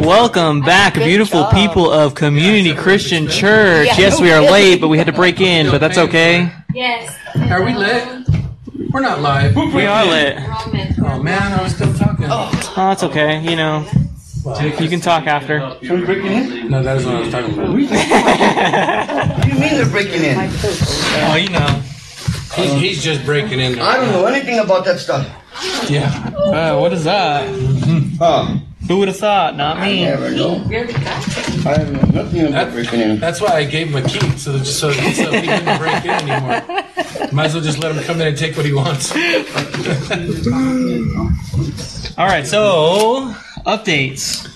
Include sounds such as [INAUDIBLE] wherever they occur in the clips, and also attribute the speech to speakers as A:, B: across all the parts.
A: Welcome back,
B: Good
A: beautiful
B: job.
A: people of Community Christian Church.
B: Yeah.
A: Yes, we are late, but we had to break in, but that's okay.
C: Yes.
D: Are we lit? We're not live.
A: We are lit.
C: Roman.
D: Oh man, I was still talking.
A: Oh, it's okay. You know, you can talk after.
E: Are we breaking in?
D: No, that is what I was talking about.
E: What do you mean they're breaking in?
A: [LAUGHS] Oh, you know.
D: He's, he's just breaking in.
E: I don't know anything about that stuff.
D: Yeah.
A: Uh, what is that?
E: Huh?
A: Who would have thought? Not
E: I
A: me.
E: never know.
C: You're the guy.
E: I know nothing about
D: That-
E: breaking in.
D: That's why I gave him a key so that so, so he couldn't break in anymore. Might as well just let him come in and take what he wants.
A: All right, so updates.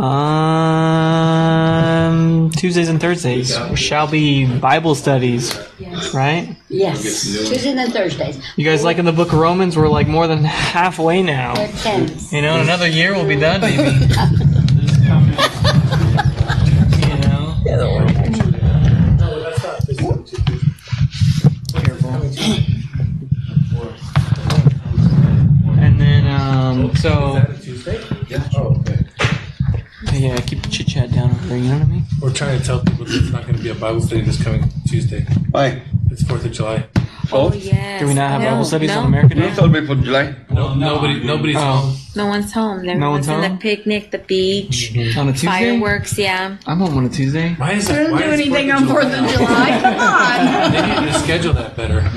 A: Um, Tuesdays and Thursdays shall be Bible studies,
C: Yes.
A: right?
B: Yes. Tuesdays and Thursdays.
A: You guys like in the Book of Romans? We're like more than halfway now.
B: They're tens.
A: You know, in another year we'll be done, maybe. you know. And then, um, so yeah, keep the chit chat down over there. You know what I mean?
D: We're trying to tell people that it's not going to be a Bible study this coming Tuesday.
E: Why?
D: It's 4th of July.
C: Oh, yes.
A: Do we not have
C: no,
A: Bible studies
C: no.
A: on America
E: You
A: Day?
E: celebrate for July?
D: No, nobody, nobody's
A: Oh,
C: No one's home. Everyone's
A: one's
C: in
A: home?
C: the picnic, the beach,
A: on a Tuesday.
C: fireworks. Yeah.
A: I'm home on a Tuesday.
D: Why is
F: I
D: it?
F: don't
D: Why
F: do
D: is
F: anything
D: 4th
F: on
D: of
F: Fourth of
D: now?
F: July. Come on.
D: They need to schedule that better.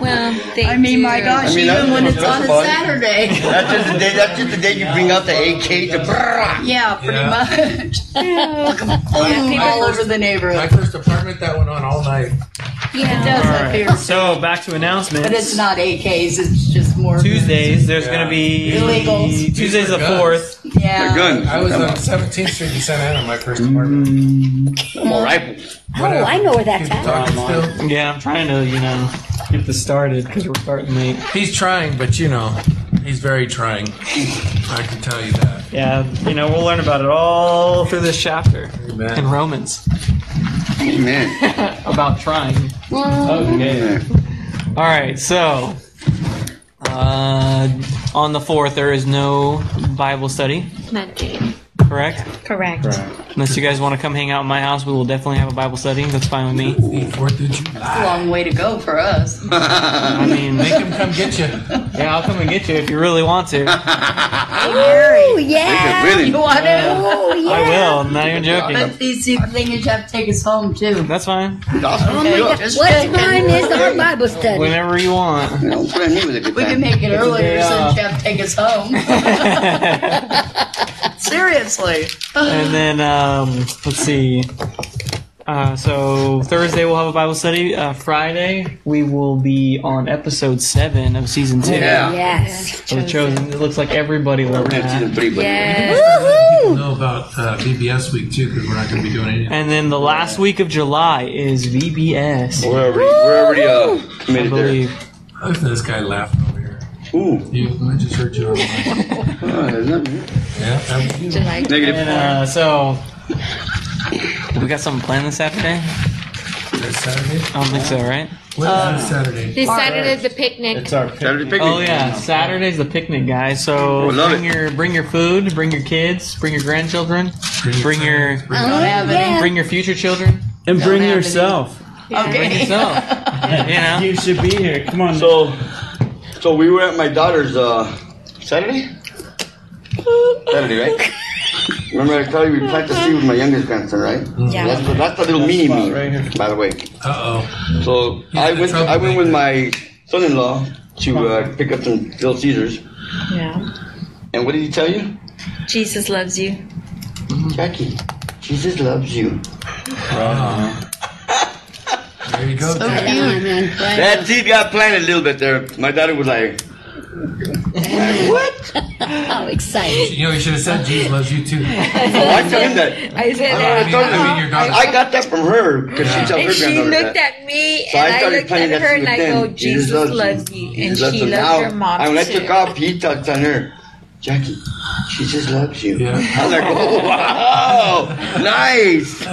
C: Well, they
F: I mean, my
C: do.
F: gosh,
E: I mean, that's
F: even when it's on a
E: fun. [LAUGHS]
F: Saturday.
E: That's just the day. That's just the day you bring out the AK to. brrrr.
F: Yeah, pretty
D: Yeah.
F: much.
C: Yeah, people-
F: all over the
D: My
F: neighborhood.
D: first apartment, that went on all night.
F: It
C: Yeah.
F: does
A: All
F: up
A: right.
F: here.
A: So back to announcements.
F: But it's not AKs, it's just more.
A: Tuesdays. There's
D: Yeah.
A: gonna be
F: Illegals.
A: Tuesdays the
D: These are
A: fourth.
E: The
F: Yeah.
E: guns.
D: I was on 17th Street in Santa Ana, my first apartment.
E: More rifles.
D: Whatever.
G: Oh, I know where that's
D: People
G: at.
D: talking still.
A: Yeah, I'm trying to you know get this started because we're starting late.
D: He's trying, but you know, he's very trying. I can tell you that.
A: Yeah, you know we'll learn about it all through this chapter in
D: Amen.
A: Romans
E: [LAUGHS] Amen.
A: about trying. All right, so uh, on the fourth there is no Bible study,
C: Not Jane.
A: correct?
C: Correct.
A: Unless you guys want to come hang out in my house, we will definitely have a Bible study. That's fine with me.
D: The Fourth of July.
F: It's a long way to go for us. [LAUGHS]
A: I mean,
D: Make him come get you.
A: yeah, I'll come and get you if you really want to.
C: Oh,
G: Ooh,
E: They
G: yeah.
E: could
F: You
E: really.
F: want to?
G: Ooh, yeah.
A: I will. I'm not even joking.
F: [LAUGHS] But these two things have to take us home too.
A: That's fine.
E: That's what
F: Okay,
E: I'm doing.
F: just
G: What
F: checking.
G: time is our Bible study?
A: Whenever you want. [LAUGHS]
E: That's what I knew was a good
F: We can
E: time.
F: make it
A: day
F: earlier so
A: off.
F: Jeff take us home.
A: [LAUGHS]
F: Seriously.
A: And then um, let's see. Uh, so Thursday we'll have a Bible study. Uh, Friday we will be on episode seven of season two.
E: Yeah.
G: Yes.
A: Of The chosen. It looks like everybody loved
E: We're gonna have
A: that.
E: season three, buddy.
C: Yes.
G: Woohoo!
D: Know about uh, BBS week too, because we're not going to be doing anything.
A: And then the last week of July is VBS,
E: We're already, we're already uh,
A: I
E: committed there.
A: believe.
D: Listen to this guy laughing over here.
E: Ooh,
D: You, I just heard you. online.
E: oh, there's nothing.
D: Yeah, that was you.
C: July.
A: And
E: Negative.
A: uh, so we got something planned this Saturday.
D: This Saturday.
A: I don't think so, right?
D: What is
G: Uh,
D: this Saturday?
C: They started at the picnic.
E: It's our Saturday picnic.
A: Oh yeah, Saturday's the picnic, guys. So
E: Oh, love
A: bring
E: it.
A: your bring your food, bring your kids, bring your grandchildren, bring your
D: friends, bring-
F: Don't have any.
A: bring your future children.
H: And bring
F: have any.
H: yourself.
F: Okay.
A: So,
F: [LAUGHS]
A: you know,
H: You should be here. Come on.
E: So, so we were at my daughter's uh, Saturday. Saturday, [LAUGHS] right? Remember I told you we planted the seed with my youngest grandson, right?
C: Yeah.
E: That's the, that's the little mini me, by the way.
D: Uh-oh.
E: So
D: He's
E: I
D: the
E: went I went
D: troublemaker.
E: with my son-in-law to uh, pick up some Little Caesars,
C: Yeah.
E: and what did he tell you?
C: Jesus loves you.
E: Jackie, Jesus loves you.
G: Uh-huh.
D: There you go. Jack.
E: That seed got planted a little bit there. My daughter was like,
G: How exciting.
D: You know, you should have said Jesus loves you
G: [LAUGHS]
D: too.
E: "Oh, I told him [LAUGHS] that.
C: I said
D: I
C: that.
D: mean, I mean, your daughter.
E: I got that from her because she tells
C: And
E: her
C: she
E: granddaughter
C: looked
E: that."
C: at me,
E: So I
C: and I,
E: started
C: looked
E: playing
C: at
E: that
C: her,
E: shit
C: and I
E: with
C: go,
E: them.
C: "Jesus loves you," and
E: Jesus
C: she
E: you.
C: loves her
E: Now,
C: mom
E: And when I took
C: too.
E: off, he touched on her. Jackie, Jesus loves you. [LAUGHS]
D: Yeah.
E: I was like, oh, wow, nice.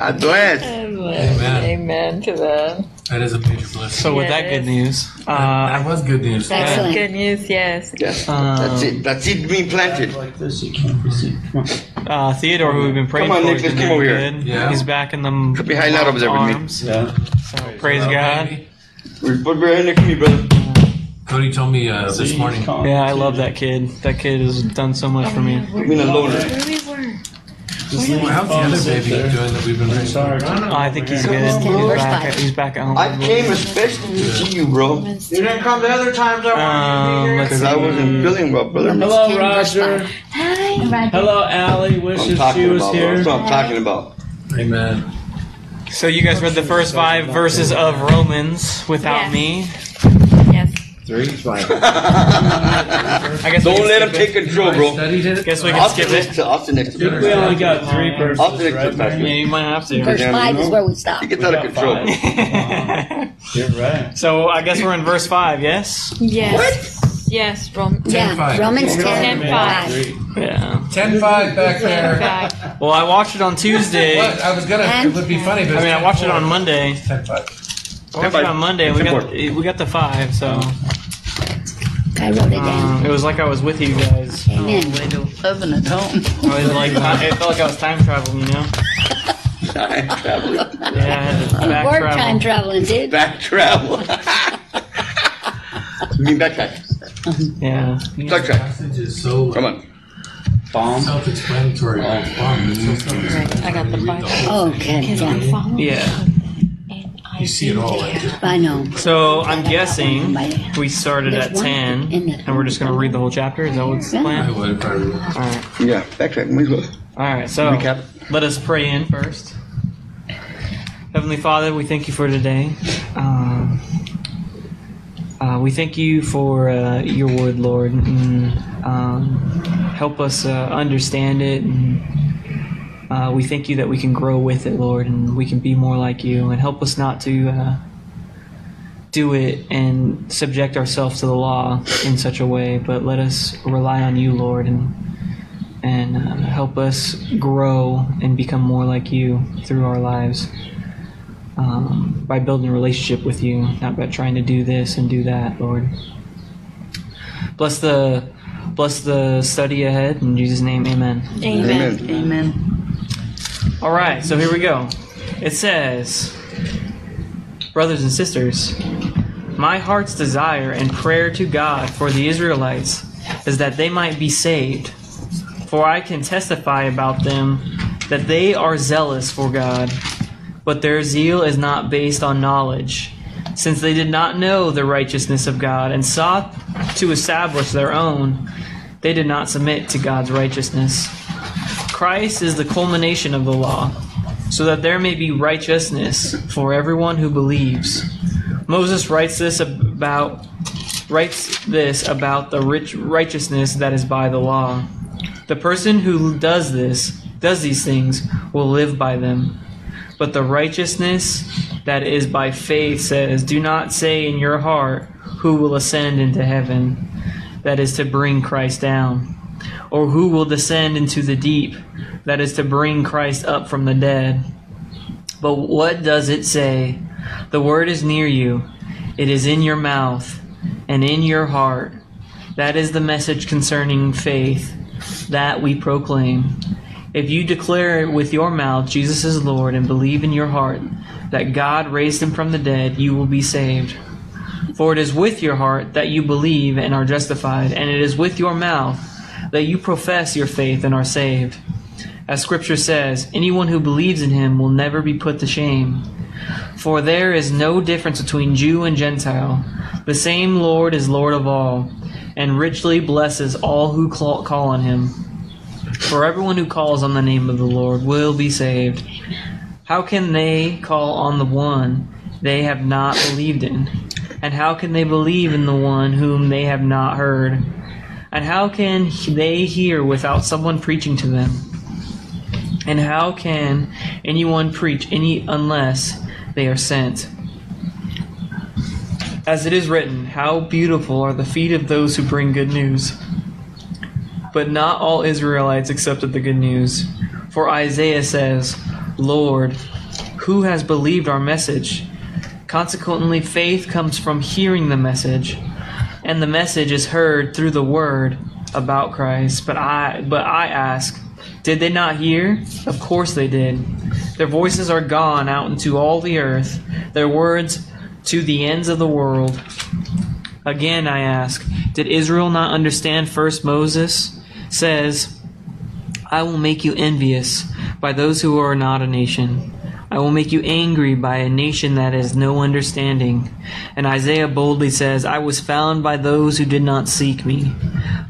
E: I'm glad.
C: Amen. Amen to that.
D: That is a major blessing.
A: So with that
C: Yes.
A: good news, uh,
D: that was good news.
G: Excellent.
C: Good news, yes.
E: Yes.
A: Um,
E: that's it. That's it being planted.
H: Like this, you can't receive. No.
A: uh, Theodore, who we've been praying
E: Come on,
A: for,
E: Nick,
A: has
E: let's
A: been
E: come over
A: doing
E: here.
A: good.
D: Yeah.
A: He's back in the m-
E: Could be hanging out over there with me.
A: arms.
H: Yeah.
A: Praise
D: Oh,
A: God.
D: baby.
E: We put behind next to me, brother.
D: Cody told me uh, this morning.
H: Can't
A: Yeah, I love that kid. That kid has done so much for me.
E: I mean, a loner.
C: Where we were.
H: Just leave
D: How's the
H: phone
D: other
H: sit
D: baby
H: there.
D: doing that we've been praying for?
H: Sorry.
A: Oh, I think he's good.
G: Just kidding,
A: He's
G: we're
A: back,
G: fine.
A: at, he's back at home.
E: I came especially to see you, bro,
H: You didn't come the other times I
A: Um, let's
E: because
A: see.
E: I
H: Mm.
E: wasn't feeling well, brother.
H: Hello,
G: Ken
H: Roger.
G: Rushback.
H: Hello, Allie.
E: I'm
H: Wishes she
E: talking
H: was
E: about. bro.
H: here.
E: That's what I'm talking about.
D: Amen.
A: So you guys read the first five verses of Romans without
C: Yeah.
A: me.
C: Yes.
H: Three. Right.
A: I guess we
E: [LAUGHS] Don't
A: can
E: let him
A: skip
E: take control,
D: I
E: bro.
D: studied it.
A: Guess we can
E: Austin
A: skip
E: next
A: it.
E: to Austin next
H: I
E: to
H: think
E: me.
H: we only got three verses,
E: Austin
H: right?
E: next
A: [LAUGHS]
E: to
A: Yeah,
E: me.
A: you might have
G: Verse
A: to.
E: Yeah,
G: five
E: you
G: is
E: know.
G: where we stop.
E: He gets out of
H: We got
E: control.
H: five. You're
A: [LAUGHS]
H: right.
A: so I guess we're in verse five. Yes.
C: Yes. Yes, Rom.
G: Yeah,
D: five.
G: Romans
C: Ten
G: 10.
C: five.
H: Three.
A: Yeah.
D: 10 5 back there.
C: Back.
A: Well, I watched it on Tuesday.
D: What? I was gonna. It would be funny, but
A: I mean, I watched it on Monday.
D: 10 5.
A: I watched it on Monday. and We got we got the five, so
G: I wrote it down.
A: um, it was like I was with you guys.
G: Amen.
F: Way to heaven and home.
A: I was like, I, it felt like I was time traveling, you know?
E: [LAUGHS] Time traveling.
A: Yeah, I had to back
G: Work
A: travel.
G: time traveling, dude.
E: Back travel. mean backtrack.
A: Yeah.
E: Duck track.
D: Passage is so
E: Come on.
H: Bomb.
D: self-explanatory. It's bomb. It's so self-explanatory.
C: I got the
D: You read
C: five.
D: whole-
G: Oh, good. God.
A: Yeah.
D: You see it all. Like,
G: I know.
A: So I'm guessing we started
G: There's
A: at
G: one
A: 10,
G: in the-
A: and we're just going to read the whole chapter. Is that what's the
D: I
A: plan?
D: would probably.
A: All right.
E: Yeah, backtrack. Might as well.
A: All right, so
E: Recap.
A: let us pray in first. Heavenly Father, we thank you for today. Um, uh, we thank you for uh, your word, Lord. And, um, help us uh, understand it. And, uh, we thank you that we can grow with it, Lord, and we can be more like you. And help us not to uh, do it and subject ourselves to the law in such a way, but let us rely on you, Lord, and and uh, help us grow and become more like you through our lives um, by building a relationship with you, not by trying to do this and do that, Lord. Bless the bless the study ahead in Jesus' name, Amen.
C: Amen.
E: Amen.
F: Amen.
A: All right, so here we go. It says, Brothers and sisters, my heart's desire and prayer to God for the Israelites is that they might be saved. For I can testify about them that they are zealous for God, but their zeal is not based on knowledge, since they did not know the righteousness of God and sought to establish their own. They did not submit to God's righteousness. Christ is the culmination of the law, so that there may be righteousness for everyone who believes. Moses writes this about writes this about the rich righteousness that is by the law. The person who does this, does these things, will live by them. But the righteousness that is by faith says, Do not say in your heart, Who will ascend into heaven? That is to bring Christ down. Or who will descend into the deep? That is to bring Christ up from the dead. But what does it say? The word is near you, it is in your mouth and in your heart. That is the message concerning faith that we proclaim. If you declare with your mouth Jesus is Lord and believe in your heart that God raised him from the dead, you will be saved. For it is with your heart that you believe and are justified, and it is with your mouth that you profess your faith and are saved. As Scripture says, anyone who believes in him will never be put to shame. For there is no difference between Jew and Gentile. The same Lord is Lord of all, and richly blesses all who cla- call on him. For everyone who calls on the name of the Lord will be saved. How can they call on the one they have not believed in? And how can they believe in the one whom they have not heard? And how can they hear without someone preaching to them? And how can anyone preach any unless they are sent? As it is written, how beautiful are the feet of those who bring good news. But not all Israelites accepted the good news. For Isaiah says, Lord, who has believed our message? Consequently, faith comes from hearing the message, and the message is heard through the word about Christ. But I, but I ask, did they not hear? Of course they did. Their voices are gone out into all the earth, their words to the ends of the world. Again, I ask, did Israel not understand first Moses says, I will make you envious by those who are not a nation. I will make you angry by a nation that has no understanding. And Isaiah boldly says, I was found by those who did not seek me.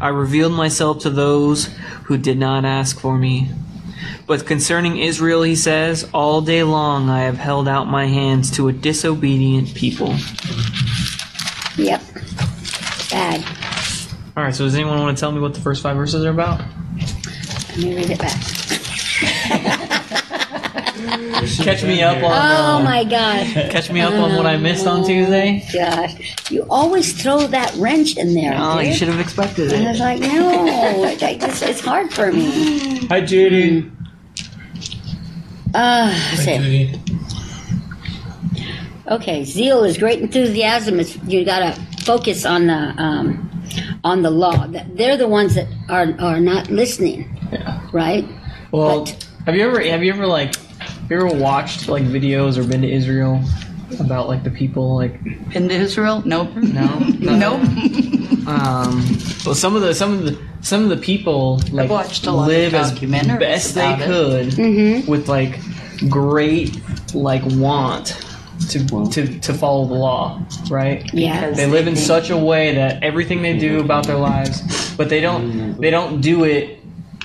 A: I revealed myself to those who did not ask for me. But concerning Israel, he says, All day long I have held out my hands to a disobedient people.
G: Yep. Bad.
A: All right, so does anyone want to tell me what the first five verses are about?
G: Let me read it back.
A: Catch me up
G: Oh
A: on uh,
G: my God.
A: catch me up on what I missed on Tuesday.
G: Gosh. You always throw that wrench in there.
A: Oh, you
G: dude.
A: should have expected
G: And I was
A: it.
G: like, no, it's like this- it's hard for me.
H: Hi, Judy.
G: Uh,
D: Hi,
G: so-
D: Judy.
G: okay, zeal is great enthusiasm. It's, you gotta focus on the um, on the law. That- They're the ones that are are not listening, right?
A: Well, have you ever have you ever like have you ever watched like videos or been to Israel about like the people like
F: Been to Israel? Nope. [LAUGHS]
A: no
F: Nope.
A: um well some of the some of the some of the people like
F: watched a lot of
A: live as
F: documentaries
A: best they
F: about it.
A: could with like great like want to to to follow the law right
G: Yeah.
A: they live in such a way that everything they do about their lives but they don't they don't do it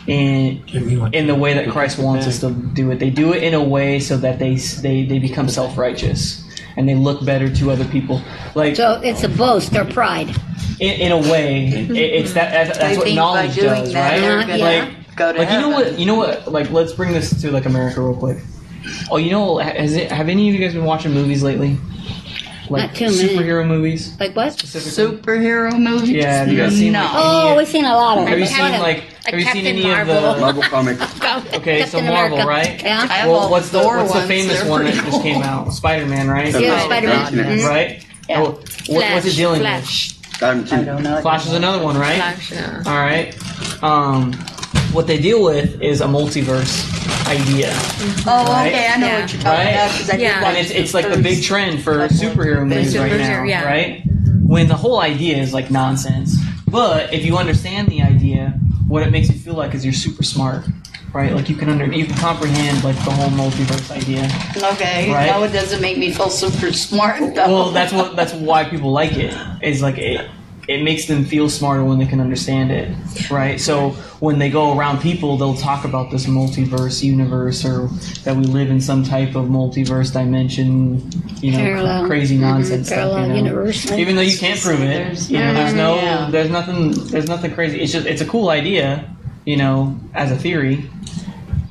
A: in
D: Give me one.
A: in the way that Christ wants us to do it. They do it in a way so that they they, they become self righteous and they look better to other people. Like
G: So it's a boast or pride.
A: in, in a way, it, it's that that's, that's what
F: think by
A: knowledge
F: doing
A: does,
F: that,
A: right?
F: they're
G: gonna
A: Like
F: Go to
A: like you know
F: heaven.
A: what you know what like let's bring this to like America real quick. Oh, you know, has it, have any of you guys been watching movies lately? Like
G: Not too many.
A: superhero movies.
G: Like what?
F: Superhero movies?
A: Yeah, have you guys seen like,
F: No.
G: Oh,
A: any-
G: we've seen a lot of
A: have
G: them.
A: you seen like have you seen any of the
E: Marvel comic.
A: okay? so Marvel, right?
F: I
G: Yeah.
F: have
A: Well,
F: all
A: what's the
F: Thor
A: what's the
F: ones.
A: famous
F: They're
A: one that
F: pretty
A: just came
F: cool.
A: out? Spider Man, right?
G: Yeah,
E: I've
G: Spider-Man.
E: seen it.
A: Right? Oh, what, what's it dealing
C: Flash.
E: I haven't seen
F: I
E: it.
F: don't know.
A: with? Flash is another one, right?
C: Flash, yeah.
A: All right. Um, what they deal with is a multiverse idea,
F: Oh,
A: Right?
F: okay, I know
C: Yeah.
F: what you're talking
A: Right?
F: about. 'cause I did
C: Yeah.
F: watch
A: and it's it's like the big trend for superhero Mm-hmm. movies right now,
C: Superhero, yeah.
A: right? When the whole idea is like nonsense, but if you understand the idea, what it makes you feel like is you're super smart, right? Like you can under you can comprehend like the whole multiverse idea.
F: Okay,
A: Right?
F: now it doesn't make me feel super smart
A: [LAUGHS]
F: though. [LAUGHS]
A: well that's what that's why people like it is like it it makes them feel smarter when they can understand it right so when they go around people they'll talk about this multiverse universe or that we live in some type of multiverse dimension you know
G: Parallel.
A: crazy nonsense stuff,
G: Parallel
A: you know?
G: universe.
A: even though you can't prove it
F: There's-
A: you know there's no
F: Yeah.
A: there's nothing there's nothing crazy it's just it's a cool idea you know as a theory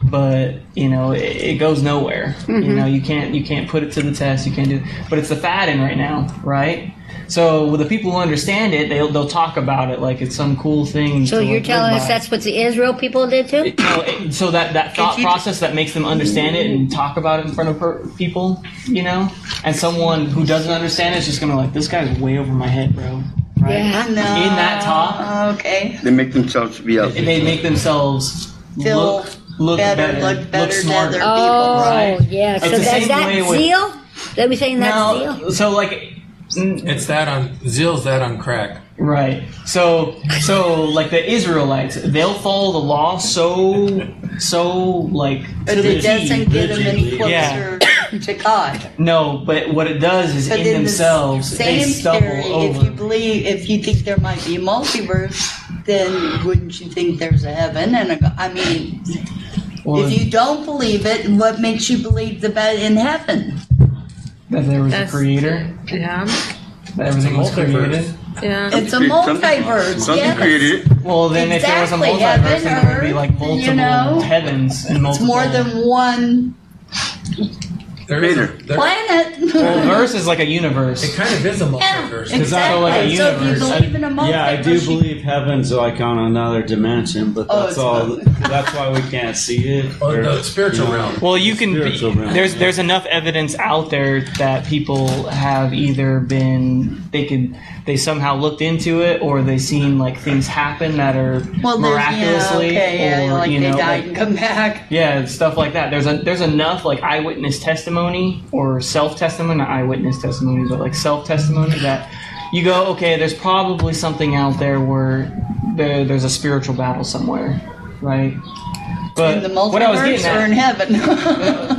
A: but you know it, it goes nowhere you know you can't you can't put it to the test you can't do but it's the fad in right now right so with the people who understand it they'll, they'll talk about it like it's some cool thing
G: So
A: to
G: you're
A: live
G: telling us
A: by.
G: that's what the Israel people did too?
A: It- no, it- so that, that thought process that makes them understand it and talk about it in front of per- people, you know, and someone who doesn't understand it's just gonna be like, this guy's way over my head, bro. Right?
G: Yeah.
F: no. in
A: that talk.
F: Okay.
E: They make themselves be out.
A: And they make themselves
F: Feel
A: look look better,
F: better, look better than
A: smarter.
F: other
G: Oh,
A: Right.
G: yeah. So
A: It's the
G: that's
A: same
G: that
A: way with-
G: zeal? That we saying that's zeal?
A: Now, so like, mm,
D: It's that on Zill's that on crack.
A: right? So, so like the Israelites, they'll follow the law so, so like
F: But
A: to the
F: it doesn't
A: T.
F: get them any closer
A: Yeah.
F: to God.
A: No, but what it does is
F: But
A: in
F: then the
A: themselves they
F: same
A: stumble
F: theory,
A: over.
F: If you believe, if you think there might be a multiverse, then wouldn't you think there's a heaven and a God? I mean,
A: Well,
F: if you don't believe it, what makes you believe the bad in heaven?
A: that there was a
C: That's-
A: creator,
C: Yeah.
A: that everything was created.
C: Yeah.
F: It's a
E: Create something-
F: multiverse.
E: Something
F: yes.
E: created it.
A: Well, then if
F: Exactly,
A: there was a multiverse,
F: heaven,
A: then there would be like
F: earth,
A: multiple
F: you know?
A: heavens and
F: It's
A: multiple.
F: more than one
D: There is a,
E: Peter.
D: there,
F: Planet.
A: Well,
F: [LAUGHS]
A: verse is like a universe.
D: it kind of is a multiverse.
A: It's not like a
F: Exactly. So if you
A: universe.
F: believe in a multiverse,
H: Yeah, I do
F: you-
H: believe heaven's like on another dimension, but
F: Oh,
H: that's
F: it's
H: all.
F: not-
H: [LAUGHS] that's why we can't see it.
D: Or the Oh, spiritual realm.
A: Well, you can. Be,
H: Spiritual realm,
A: there's
H: yeah.
A: there's enough evidence out there that people have either been they can they somehow looked into it or they seen like things happen that are
F: Well, there's-
A: miraculously
F: yeah, okay, yeah,
A: or
F: like
A: you
F: they
A: know
F: died
A: like-
F: and come back.
A: yeah stuff like that. There's a there's enough like eyewitness testimony or self testimony, not eyewitness testimony, but like self testimony that you go okay. There's probably something out there where there, there's a spiritual battle somewhere, right? But
F: in the
A: what I was
F: multiverse
A: getting
F: or in
A: at,
F: heaven.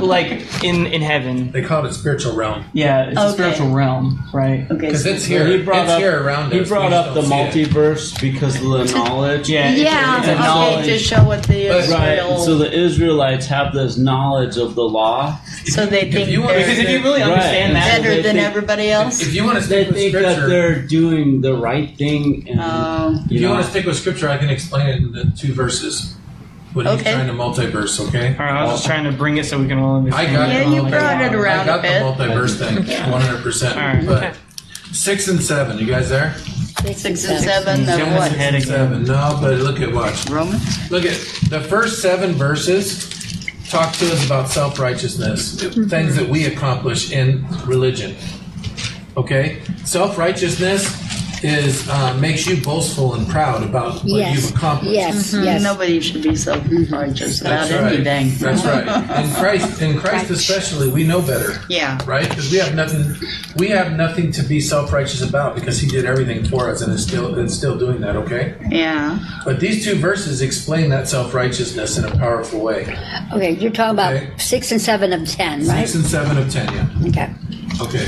A: [LAUGHS]
F: [LAUGHS]
A: like in in heaven,
D: They call it a spiritual realm
A: yeah, it's a
F: Okay.
A: spiritual realm, right?
F: okay.
D: because
F: so-
D: it's here.
H: he brought
D: it's
H: up
D: here around
H: he
D: us. We
H: brought
D: just
H: up the
D: don't see it.
H: multiverse because of the
F: [LAUGHS]
H: knowledge.
A: Yeah, it's-
G: Yeah,
A: it's, a
G: okay,
A: knowledge.
F: Okay, to show what the
D: But-
H: Right.
F: Israel,
H: So the Israelites have this knowledge of the law.
F: so they think
D: you wanna-
F: they're
D: [LAUGHS]
A: Because if you really
H: Right.
A: understand that,
F: better
H: they
F: than
H: think-
F: everybody else.
D: If you want to
H: They
D: stick with
H: think that
D: scripture,
H: they're doing the right thing, and
F: Oh.
D: if
H: you
D: you
H: know,
D: want to stick with scripture, I can explain it in the two verses. When he's
F: Okay.
D: trying to multiverse, okay?
A: All right, I was just trying to bring it so we can all
D: I
A: understand.
D: got
A: it.
D: it.
F: Yeah, you
D: I
F: brought it around
D: I got
F: a bit.
D: the multiverse thing, one hundred percent.
A: Alright.
D: But six and seven, you guys there?
F: Six and seven of
A: Jonas
F: what?
A: Head again.
D: Seven. No, but look at watch.
F: Romans?
D: Look at the first seven verses. Talk to us about self righteousness, things that we accomplish in religion. Okay, self righteousness is uh, makes you boastful and proud about what
G: Yes.
D: you've accomplished.
G: Yes, yes.
F: Nobody should be
D: [LAUGHS]
F: self-conscious about
D: That's right.
F: anything.
D: That's right. In Christ, in Christ especially, we know better,
F: Yeah.
D: right? Because we have nothing, we have nothing to be self righteous about because He did everything for us and is still and still doing that. Okay,
F: Yeah.
D: but these two verses explain that self righteousness in a powerful way.
G: Okay, you're talking about
D: Okay.
G: six and seven of ten, right?
D: Six and seven of ten, yeah.
G: Okay.
D: Okay.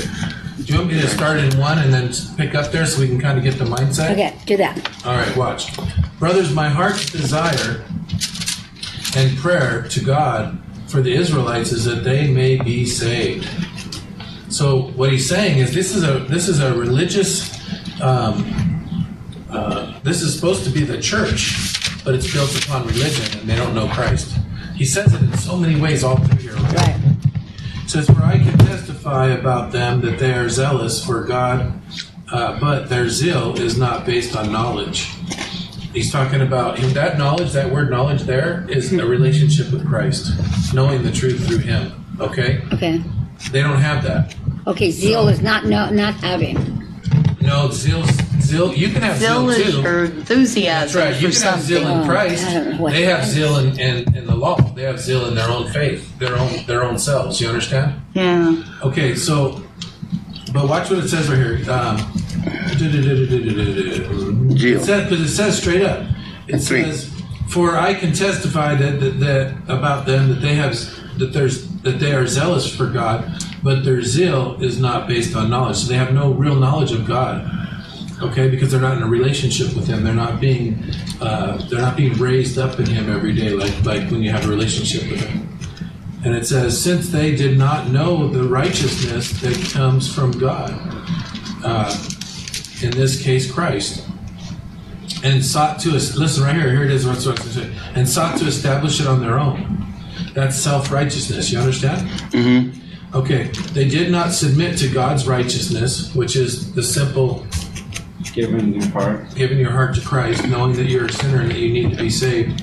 D: Do you want me to start in one and then pick up there so we can kind of get the mindset?
G: Okay, do that.
D: All right, watch. Brothers, my heart's desire and prayer to God for the Israelites is that they may be saved. So what he's saying is this is a this is a religious um, uh, this is supposed to be the church, but it's built upon religion and they don't know Christ. He says it in so many ways all through here. okay?
G: Right.
D: says, For I can testify about them that they are zealous for God, uh, but their zeal is not based on knowledge. He's talking about and that knowledge, that word knowledge there is a relationship with Christ, knowing the truth through Him. Okay?
G: Okay.
D: They don't have that.
G: Okay, zeal is not no not having.
D: No, zeal, zeal, you can have
F: Zeal
D: zeal,
F: is
D: too.
F: your enthusiasm
D: That's right. You
F: for
D: can have zeal
F: something.
D: in Christ.
G: I don't know what
D: They
G: that
D: have
G: is.
D: zeal in, in, in the law. They have zeal in their own faith, their own their own selves. You understand?
F: Yeah.
D: Okay, so, but watch what it says right here. Um,
E: Geo.
D: It says, because it says straight up, it
E: Three.
D: says, "For I can testify that, that that about them that they have that there's that they are zealous for God, but their zeal is not based on knowledge. So they have no real knowledge of God." Okay, because they're not in a relationship with Him. They're not being, uh, they're not being raised up in Him every day, like like when you have a relationship with Him. And it says, since they did not know the righteousness that comes from God, uh, in this case, Christ, and sought to es- listen right here. Here it is. What's what's it say? And sought to establish it on their own. That's self righteousness. You understand? Mm-hmm. Okay. They did not submit to God's righteousness, which is the simple
H: given your heart.
D: giving your heart to Christ, knowing that you're a sinner and that you need to be saved.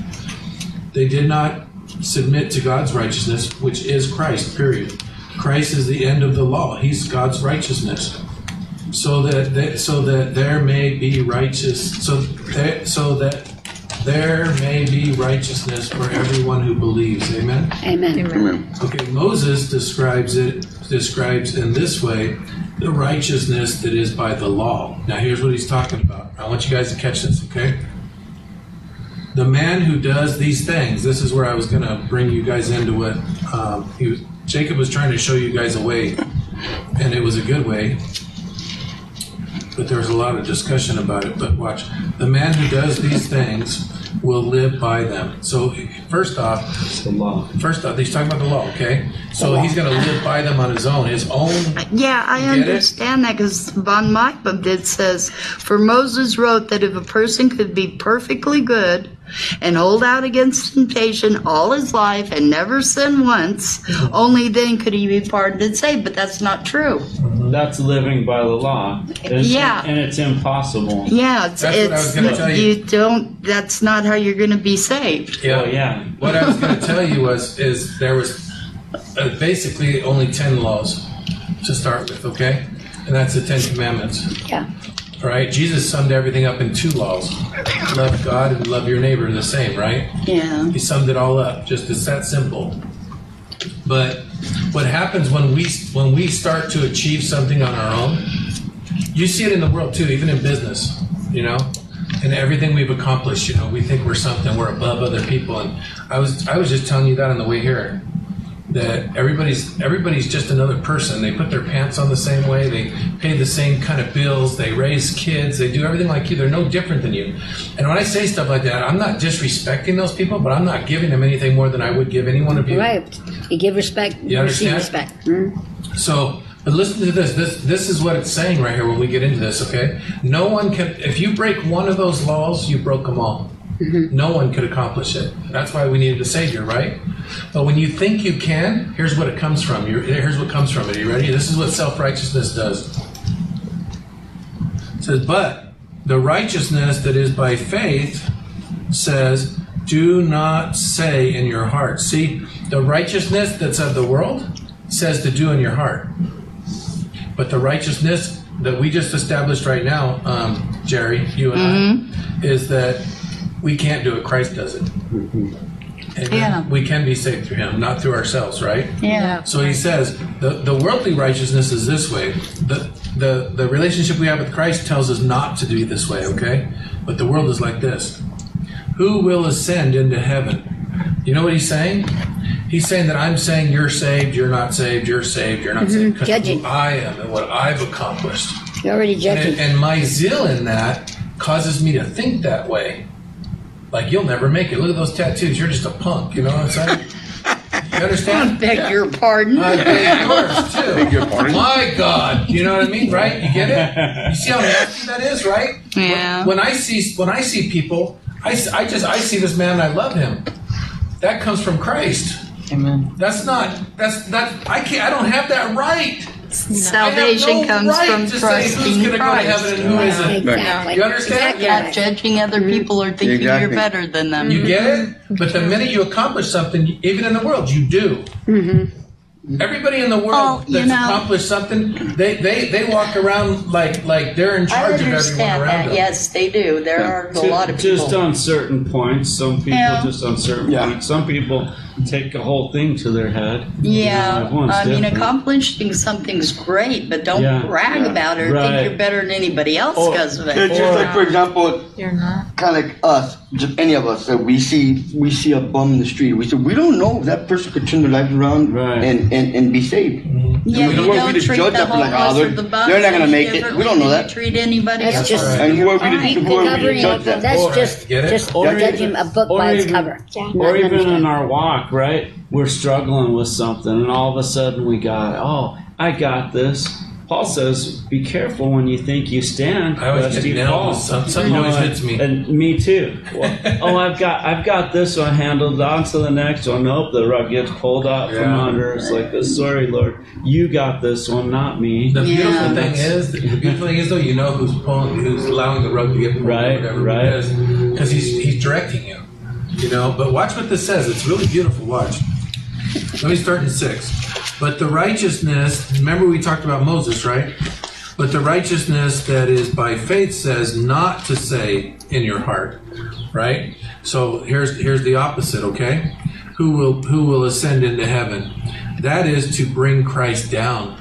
D: They did not submit to God's righteousness, which is Christ, period. Christ is the end of the law. He's God's righteousness. So that, that so that there may be righteous so that, so that there may be righteousness for everyone who believes. Amen.
G: Amen.
D: Okay, Moses describes it describes in this way the righteousness that is by the law. Now here's what he's talking about. I want you guys to catch this, okay? The man who does these things, this is where I was going to bring you guys into what um, he was, Jacob was trying to show you guys a way, and it was a good way, but there was a lot of discussion about it. But watch, the man who does these things will live by them. So, first off,
H: It's the law.
D: First off, he's talking about the law, okay? So he's going to live by them on his own. His own.
F: Yeah, I
D: You get it?
F: understand that because von Machbub did says, for Moses wrote that if a person could be perfectly good and hold out against temptation all his life and never sin once, only then could he be pardoned and saved. But that's not true.
H: That's living by the law. And-
F: Yeah.
H: And it's impossible.
F: Yeah, it's,
D: That's what I was
F: it's
D: gonna tell you.
F: you don't. That's not how you're going to be saved.
D: Yeah,
H: Oh, yeah.
D: What I was going to tell you was, is there was uh, basically only ten laws to start with, okay? And that's the Ten Commandments.
G: Yeah.
D: All right, Jesus summed everything up in two laws: love God and love your neighbor. The same, right?
F: Yeah.
D: He summed it all up. Just it's that simple. But what happens when we when we start to achieve something on our own? You see it in the world too, even in business. You know, and everything we've accomplished. You know, we think we're something. We're above other people. And I was I was just telling you that on the way here. That everybody's everybody's just another person. They put their pants on the same way. They pay the same kind of bills. They raise kids. They do everything like you. They're no different than you. And when I say stuff like that, I'm not disrespecting those people, but I'm not giving them anything more than I would give any one of you.
G: Right. You give respect, you receive
D: Mm-hmm. understand?
G: respect. Mm.
D: So, but listen to this. This this is what it's saying right here when we get into this. Okay, no one can. If you break one of those laws, you broke them all. No one could accomplish it. That's why we needed a savior, right? But when you think you can, here's what it comes from. You're, here's what comes from it. Are you ready? This is what self righteousness does. It says, but the righteousness that is by faith says, do not say in your heart. See, the righteousness that's of the world says to do in your heart. But the righteousness that we just established right now, um, Jerry, you and
F: Mm-hmm.
D: I, is that we can't do it. Christ does it. And
F: Yeah.
D: we can be saved through him, not through ourselves, right?
F: Yeah.
D: So he says the, the worldly righteousness is this way. The, the the relationship we have with Christ tells us not to do this way, okay? But the world is like this. Who will ascend into heaven? You know what he's saying? He's saying that I'm saying you're saved, you're not saved, you're saved, you're not saved. 'cause
G: Mm-hmm. Judging.
D: Who I am and what I've accomplished.
G: You're already judging.
D: And, and my zeal in that causes me to think that way. Like you'll never make it. Look at those tattoos. You're just a punk. You know what I'm saying?
G: [LAUGHS]
D: You understand?
F: Beg your pardon.
D: I beg
E: [LAUGHS]
D: yours too.
E: Beg your pardon?
D: My God, you know what I mean, right? You get it? You see how nasty that is, right?
F: Yeah.
D: When I see when I see people, I, s- I just I see this man and I love him. That comes from Christ.
A: Amen.
D: That's not that's that I can't I don't have that right. I
F: Salvation
D: have
F: comes
D: no right
F: from
D: to say who's
F: trusting
D: gonna go to heaven
F: Christ.
D: and who isn't.
G: Exactly.
D: You understand?
F: Not judging other people or thinking
E: Exactly.
F: you're better than them.
D: You get it? But the minute you accomplish something, even in the world, you do. Everybody in the world
F: Oh, you
D: that's
F: know-
D: accomplished something, they, they, they walk around like like they're in
F: I
D: charge of everyone
F: understand
D: around
F: that.
D: them.
F: Yes, they do. There are a
H: Ju-
F: lot of
H: just
E: uh,
F: people.
H: on certain points. Some people
F: Yeah.
H: just on certain
E: Yeah.
H: points. Some people take the whole thing to their head. You know,
F: Yeah,
H: everyone's
F: I mean,
H: different.
F: accomplishing something's great, but don't
H: Yeah.
F: brag about it or
H: Right.
F: think you're better than anybody else
E: Oh,
H: Or-
F: because of it.
E: It's just like, for example,
C: You're not.
E: kind of like us, just any of us, that we see we see a bum in the street. We say we don't know if that person could turn their life around
H: Right.
E: and, and, and be saved.
F: yeah,
E: we
F: you
E: don't want
F: don't
E: to
F: treat
E: judge
F: the
E: them like, oh,
F: homeless
E: they're-
F: or the bums
E: they're not gonna
F: any
E: make it. We
F: differently
E: don't know
F: than
E: that.
F: you treat anybody
G: That's
F: else.
G: just
E: And who are we
F: Right.
E: to,
G: the
E: who are we to
G: covering
E: judge
G: of
E: that?
G: that's
D: Alright,
G: just
D: get it?
G: just
H: Or
G: judging a book by its
H: even-
G: cover.
H: Or
G: Not
H: even
G: understand.
H: in our walk, right? We're struggling with something, and all of a sudden we got, oh, I got this. Paul says, "Be careful when you think you stand,
D: I always
H: lest
D: get
H: you
D: nailed
H: fall."
D: with some- something always
H: and-
D: hits me.
H: and me too. Well,
D: [LAUGHS]
H: oh, I've got, I've got this one handled. On to the next one. Nope, the rug gets pulled out from
D: Yeah.
H: under. It's like, "Oh, sorry, Lord, you got this one, not me.
D: The
F: Yeah.
D: beautiful thing is, the beautiful thing is though, you know who's pulling, who's allowing the rug to get pulled, or
H: Right,
D: whatever
H: right.
D: it is, because he's he's directing you, you know. But watch what this says; it's really beautiful. Watch. Let me start in six. But the righteousness, remember we talked about Moses, right? But the righteousness that is by faith says not to say in your heart, right? So here's here's the opposite, okay? Who will who will ascend into heaven? That is to bring Christ down.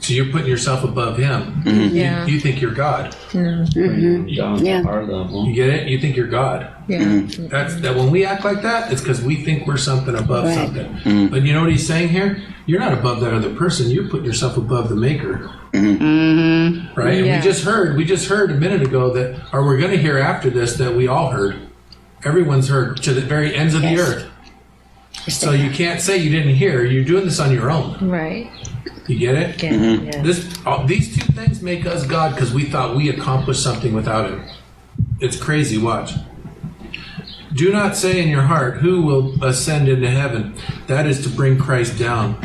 D: So you're putting yourself above him.
C: Yeah.
D: You think you're God. Mm-hmm.
H: Down to
G: Yeah.
H: our level.
D: You get it? You think you're God.
C: Yeah.
D: That's that when we act like that, it's because we think we're something above
G: Right.
D: something. But you know what he's saying here? You're not above that other person. You're putting yourself above the maker. Right? And
C: Yeah.
D: we just heard we just heard a minute ago that or we're gonna hear after this that we all heard. Everyone's heard to the very ends of
G: Yes.
D: the earth. So you can't say you didn't hear. You're doing this on your own.
C: Right.
D: You get it?
C: Yeah. Yeah.
D: This all, these two things make us God because we thought we accomplished something without Him. It's crazy. Watch. Do not say in your heart, Who will ascend into heaven? That is to bring Christ down.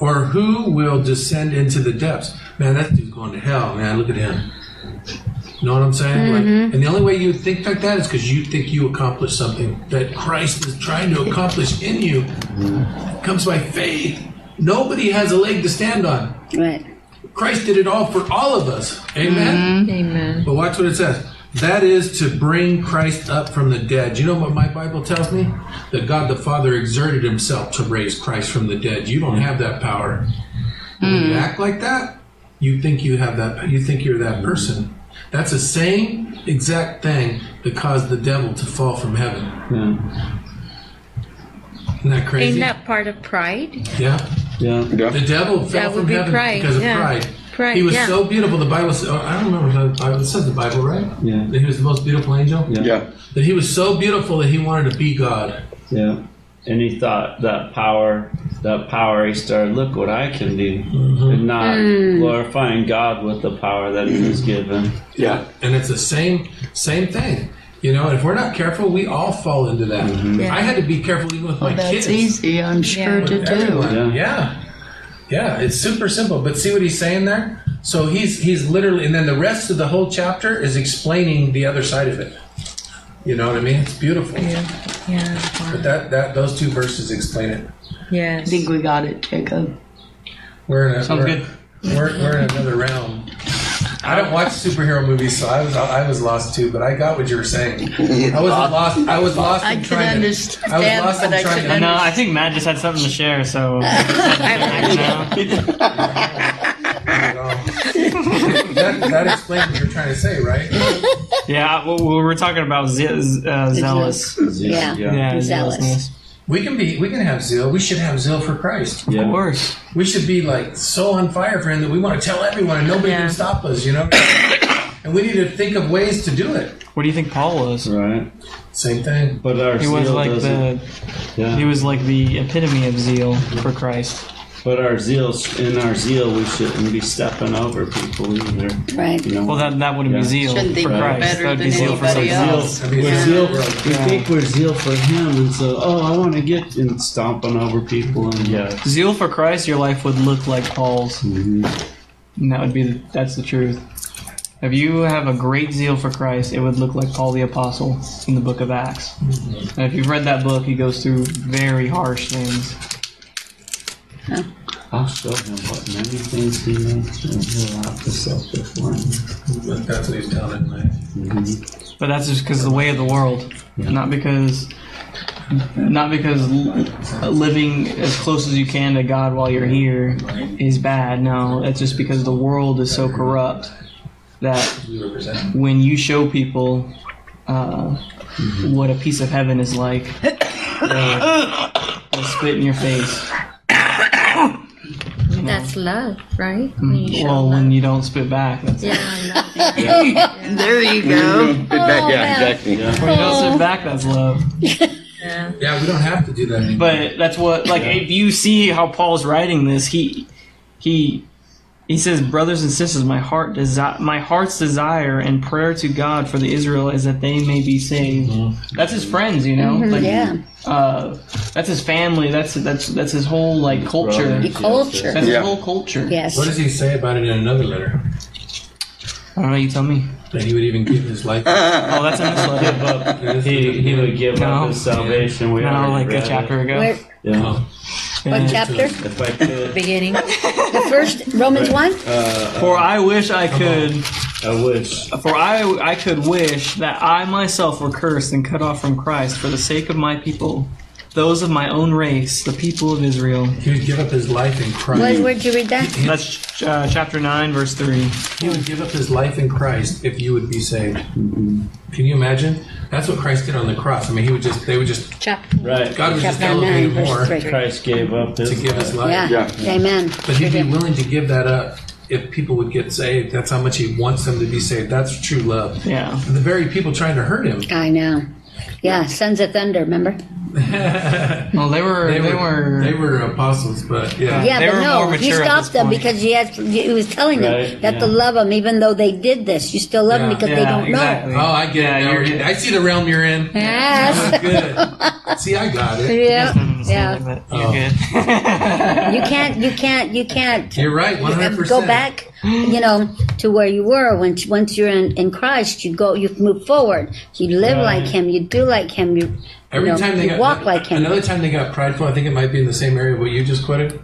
D: Or who will descend into the depths? Man, that dude's going to hell, man. Look at him. Know what I'm saying? Like, and the only way you think like that is because you think you accomplished something that Christ is trying to accomplish in you. It comes by faith. Nobody has a leg to stand on.
G: Right.
D: Christ did it all for all of us. Amen.
C: Amen.
D: But watch what it says. That is to bring Christ up from the dead. You know what my Bible tells me? That God the Father exerted himself to raise Christ from the dead. You don't have that power. When you act like that, you think you have that you think you're that person. That's the same exact thing that caused the devil to fall from heaven.
H: Yeah.
D: Isn't that
C: Ain't
D: crazy?
C: that part of pride?
D: yeah.
H: Yeah.
D: The devil fell
C: That would
D: from
C: be
D: heaven
C: pride,
D: because of
C: yeah.
D: pride.
C: Pride,
D: He was
C: yeah.
D: so beautiful. The Bible said, oh, I don't remember. The Bible it said the Bible, right?
H: Yeah.
D: That he was the most beautiful angel.
H: Yeah.
E: Yeah.
D: That he was so beautiful that he wanted to be God.
H: Yeah. And he thought that power, that power, he started, look what I can do.
A: Mm-hmm.
H: And not glorifying God with the power that he was given.
E: Yeah.
D: And it's the same same thing. You know, if we're not careful, we all fall into that.
C: Yeah.
D: I had to be careful even
C: Oh,
D: with my
F: That's
D: kids.
F: easy, I'm sure,
C: Yeah.
F: to do.
D: Everyone.
H: Yeah.
D: yeah. Yeah, it's super simple. But see what he's saying there? So he's he's literally and then the rest of the whole chapter is explaining the other side of it. You know what I mean? It's beautiful.
C: Yeah.
D: But that, that those two verses explain it.
F: I
C: Yes.
F: think we got it, Jacob.
D: We're in a,
A: Sounds
D: we're,
A: good.
D: We're, we're in another round. I don't watch superhero movies, so I was I was lost too. But I got what you were saying. I was
E: Lost.
D: lost. I was lost.
F: I
D: in
F: can
D: trying
F: understand,
D: To, I was lost
F: but
D: in
F: I
D: trying
F: can
D: to.
A: No, I think Matt just had something to share,
F: [LAUGHS]
A: so.
D: that, [LAUGHS] that explains what you're trying to say, right?
A: Yeah, well, we were talking about ze- uh, zealous.
G: Yeah.
A: Yeah,
G: Zealous.
A: zealousness.
D: We can be. We can have zeal. We should have zeal for Christ.
A: Of
H: Yeah.
A: course.
D: We should be like so on fire for Him that we want to tell everyone, and nobody
C: Yeah.
D: can stop us. You know. [COUGHS] And we need to think of ways to do it.
A: What do you think Paul was?
H: Right.
D: Same thing.
H: But our
A: He
H: zeal
A: was like the
H: doesn't. yeah.
A: he was like the epitome of zeal for Christ.
H: But our zeal, in our zeal, we shouldn't be stepping over people either.
G: Right.
H: You know,
A: Well, that that wouldn't
H: Yeah.
A: be zeal
F: Shouldn't they
A: for
F: be
A: Christ.
F: better
A: That would be
F: than
A: zeal for
F: anybody
A: something
H: zeal,
A: else.
D: I mean,
H: we're
D: yeah.
H: zeal. We think we're zeal for him, and so oh, I want to get and stomping over people, and yeah,
A: Zeal for Christ, your life would look like Paul's.
H: Mm-hmm.
A: And that would be the, that's the truth. If you have a great zeal for Christ, it would look like Paul the Apostle in the book of Acts. And if you've read that book, he goes through very harsh things.
H: I'll show him what many things he knows, and he'll have to suffer for him.
D: But that's what he's telling him. Right?
A: But that's just because the way of the world, not because, not because l- living as close as you can to God while you're here is bad. No, it's just because the world is so corrupt that
D: We represent.
A: when you show people uh, what a piece of heaven is like, they they'll spit in your face.
C: That's love, right?
A: Mm. Well, when you don't spit back, that's
C: Yeah, I
F: [LAUGHS]
C: love that.
F: There you go.
E: Sit back, yeah, exactly.
A: when you don't spit back, that's love.
C: Yeah.
D: Yeah, we don't have to do that anymore.
A: but that's what like if you see how Paul's writing this, he he he says, "Brothers and sisters, my heart desi- my heart's desire and prayer to God for the Israel is that they may be saved."
H: Mm-hmm.
A: That's his friends, you know. like,
G: Mm-hmm. yeah.
A: Uh, that's his family. That's that's that's his whole like culture.
H: Brothers.
G: Culture.
A: That's
E: Yeah.
A: his whole culture.
G: Yes.
D: what does he say about it in another letter?
A: I don't know. You tell
H: [LAUGHS]
A: me.
D: That he would even give his life.
A: Oh, that's in this letter.
H: Give up. He, he would give
A: No.
H: up his salvation. We
A: No,
H: already
A: like
H: read
A: a chapter
H: It.
A: ago.
G: Where,
H: Yeah.
G: what
A: Yeah.
G: chapter?
H: If I could,
C: Beginning.
G: The first Romans one.
A: For I wish I could.
H: I wish.
A: For I, I could wish that I myself were cursed and cut off from Christ for the sake of my people, those of my own race, the people of Israel.
D: He would give up his life in Christ.
G: Where, where'd you read that?
A: That's uh, chapter 9, verse 3.
D: He would give up his life in Christ if you would be saved. Can you imagine? That's what Christ did on the cross. I mean, he would just, they would just,
G: Chapter,
H: Right.
D: God was just
G: chapter nine,
D: elevated more
G: verse
D: to
G: three.
H: Christ gave up his.
D: give his life.
G: Yeah.
E: Yeah.
G: Amen.
D: But he'd be willing to give that up if people would get saved. That's how much he wants them to be saved. That's true love.
A: Yeah.
D: The very people trying to hurt him.
G: I know. Yeah, sons of thunder. Remember?
A: Well, they were. They, were.
D: they were apostles, but yeah.
G: Yeah,
A: They
G: but
A: were
G: no,
A: more
G: he
A: mature at
G: stopped
A: this
G: them
A: point.
G: because he has. He was telling them
H: Right,
G: that to
H: yeah.
G: love them, even though they did this. You still love them
D: Yeah.
G: because they
A: Yeah,
G: don't
A: exactly.
G: know.
D: Oh, I get
A: Yeah,
D: it. Now
A: you're-
D: we're getting- I see the realm you're in.
G: Yes. [LAUGHS]
D: Good. See, I got it.
G: yeah.
A: yeah.
G: Yeah.
A: you're good.
G: You can't. You can't. You can't.
D: You're right, one hundred percent.
G: Go back, you know, to where you were. Once once you're in, in Christ, you go, you move forward. You live like Him. You do like Him. You,
D: Every
G: you, know,
D: time they
G: you
D: got
G: walk like Him.
D: Another time they got prideful. I think it might be in the same area where you just quoted.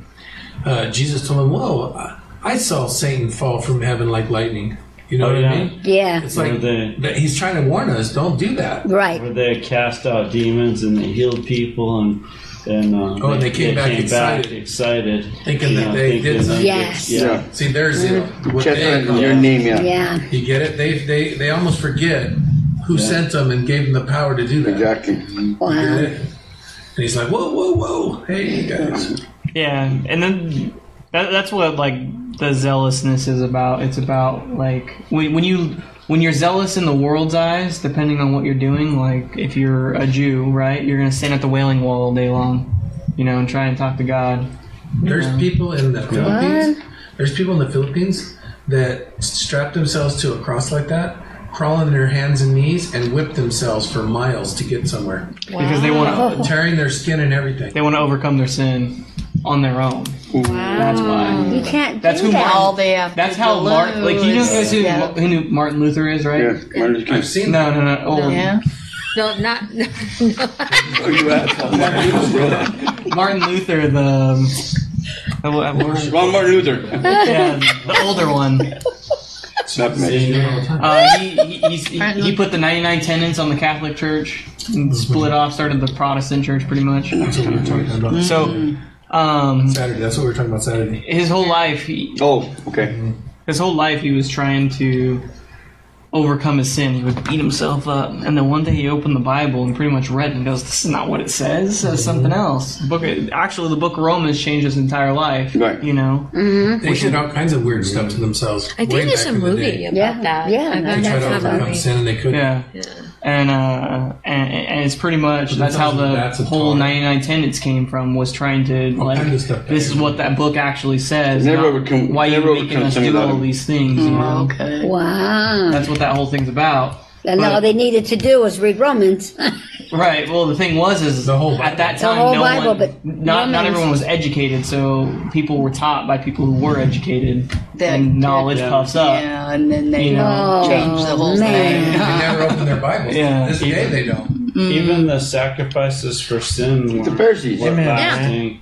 D: Uh, Jesus told them, "Whoa, I- I saw Satan fall from heaven like lightning." You know
H: Oh,
D: what I
H: yeah.
D: mean?
G: yeah,
D: It's like
H: Were they-
D: that he's trying to warn us: don't do that.
G: right.
H: where they cast out demons and they healed people and and uh,
D: Oh, and they came back excited.
H: excited,
D: Thinking
H: you
D: that they
H: thinking
D: did
H: that
D: something.
H: they-
G: Yes.
H: yeah.
E: Yeah.
D: See, there's zeal.
G: Mm-hmm.
D: What
E: Just
D: they
E: in your name, yeah.
G: Yeah,
D: You get it? They they they almost forget who
H: Yeah.
D: sent them and gave them the power to do that.
E: Exactly.
G: wow.
D: And he's like, "Whoa, whoa, whoa! Hey, guys."
A: yeah, and then that, that's what like the zealousness is about. It's about like when, when you when you're zealous in the world's eyes, depending on what you're doing. Like if you're a Jew, right, you're gonna stand at the Wailing Wall all day long, you know, and try and talk to God.
D: There's people in the Philippines. There's people in the Philippines that strap themselves to a cross like that, crawl on their hands and knees, and whip themselves for miles to get somewhere,
A: because they want to
C: Oh.
D: tearing their skin and everything.
A: they want to overcome their sin on their own. That's why.
G: You can't.
A: That's
G: do
A: who
G: that.
A: Martin.
F: All they have
A: That's
F: to
A: how
F: do
A: Martin. Like you know
F: is-
A: guys who,
F: yeah.
A: who knew Martin Luther is, right?
E: Yeah. Martin Luther
D: I've
E: King.
D: seen
A: No, no, no. Oh,
F: Yeah.
C: No, not. [LAUGHS] No,
E: Oh, you [LAUGHS] asshole.
A: Martin Luther, the. um, the what- what-
E: Wrong Martin Luther.
A: yeah, the older one.
E: Not me. [LAUGHS]
A: Uh, he, he, he's- he, he put the 99 tenants on the Catholic Church, and split off, started the Protestant Church pretty much.
D: That's what we were talking about
C: Mm-hmm.
A: So, um,
D: Saturday. That's what we were talking about Saturday.
A: his whole life, he,
E: Oh, okay.
A: his whole life, he was trying to overcome his sin. He would beat himself up, and then one day he opened the Bible and pretty much read it and goes, "This is not what it says. It says something else." The book, actually, the Book of Romans changed his entire life.
E: Right.
A: You know.
D: They did all kinds of weird stuff to themselves.
C: Mm-hmm. I
D: way
C: think there's
D: back
C: a
D: in the
C: movie
D: day.
C: about
G: Yeah,
C: that.
G: yeah,
C: I
G: no,
C: bet
D: They tried
C: that's
D: to
C: not a
D: overcome
C: movie.
D: sin and they couldn't.
A: Yeah. And uh, and, and it's pretty much that's how the
D: that's a
A: whole
D: tar.
A: 99 tenants came from was trying to
D: All
A: like
D: kinds of stuff.
A: this is what that book actually says.
E: Never
A: not
E: overcome-
A: why
E: never
A: you're making
E: overcome
A: us
E: sin
A: do
E: without
A: all
E: him.
A: these things. You know?
F: Oh, Okay.
G: Wow.
A: That's what that whole thing's about.
G: And all
A: But-
G: they needed to do was read Romans. [LAUGHS]
A: Right. Well, the thing was is
D: The whole
A: at that
G: The
A: time
G: whole
A: no
G: Bible,
A: one,
G: but
A: not not
G: Romans-
A: everyone was educated, so people were taught by people who were educated,
F: That-
A: and knowledge
H: Yeah.
A: puffs up.
F: Yeah, and then they
A: You know.
F: change the whole
G: man.
F: thing.
D: They never opened their
A: [LAUGHS]
D: Bibles.
A: Yeah.
D: This day they don't.
H: Even the sacrifices for sin
E: The
H: were,
E: Pharisees.
H: were
A: Amen.
H: lasting.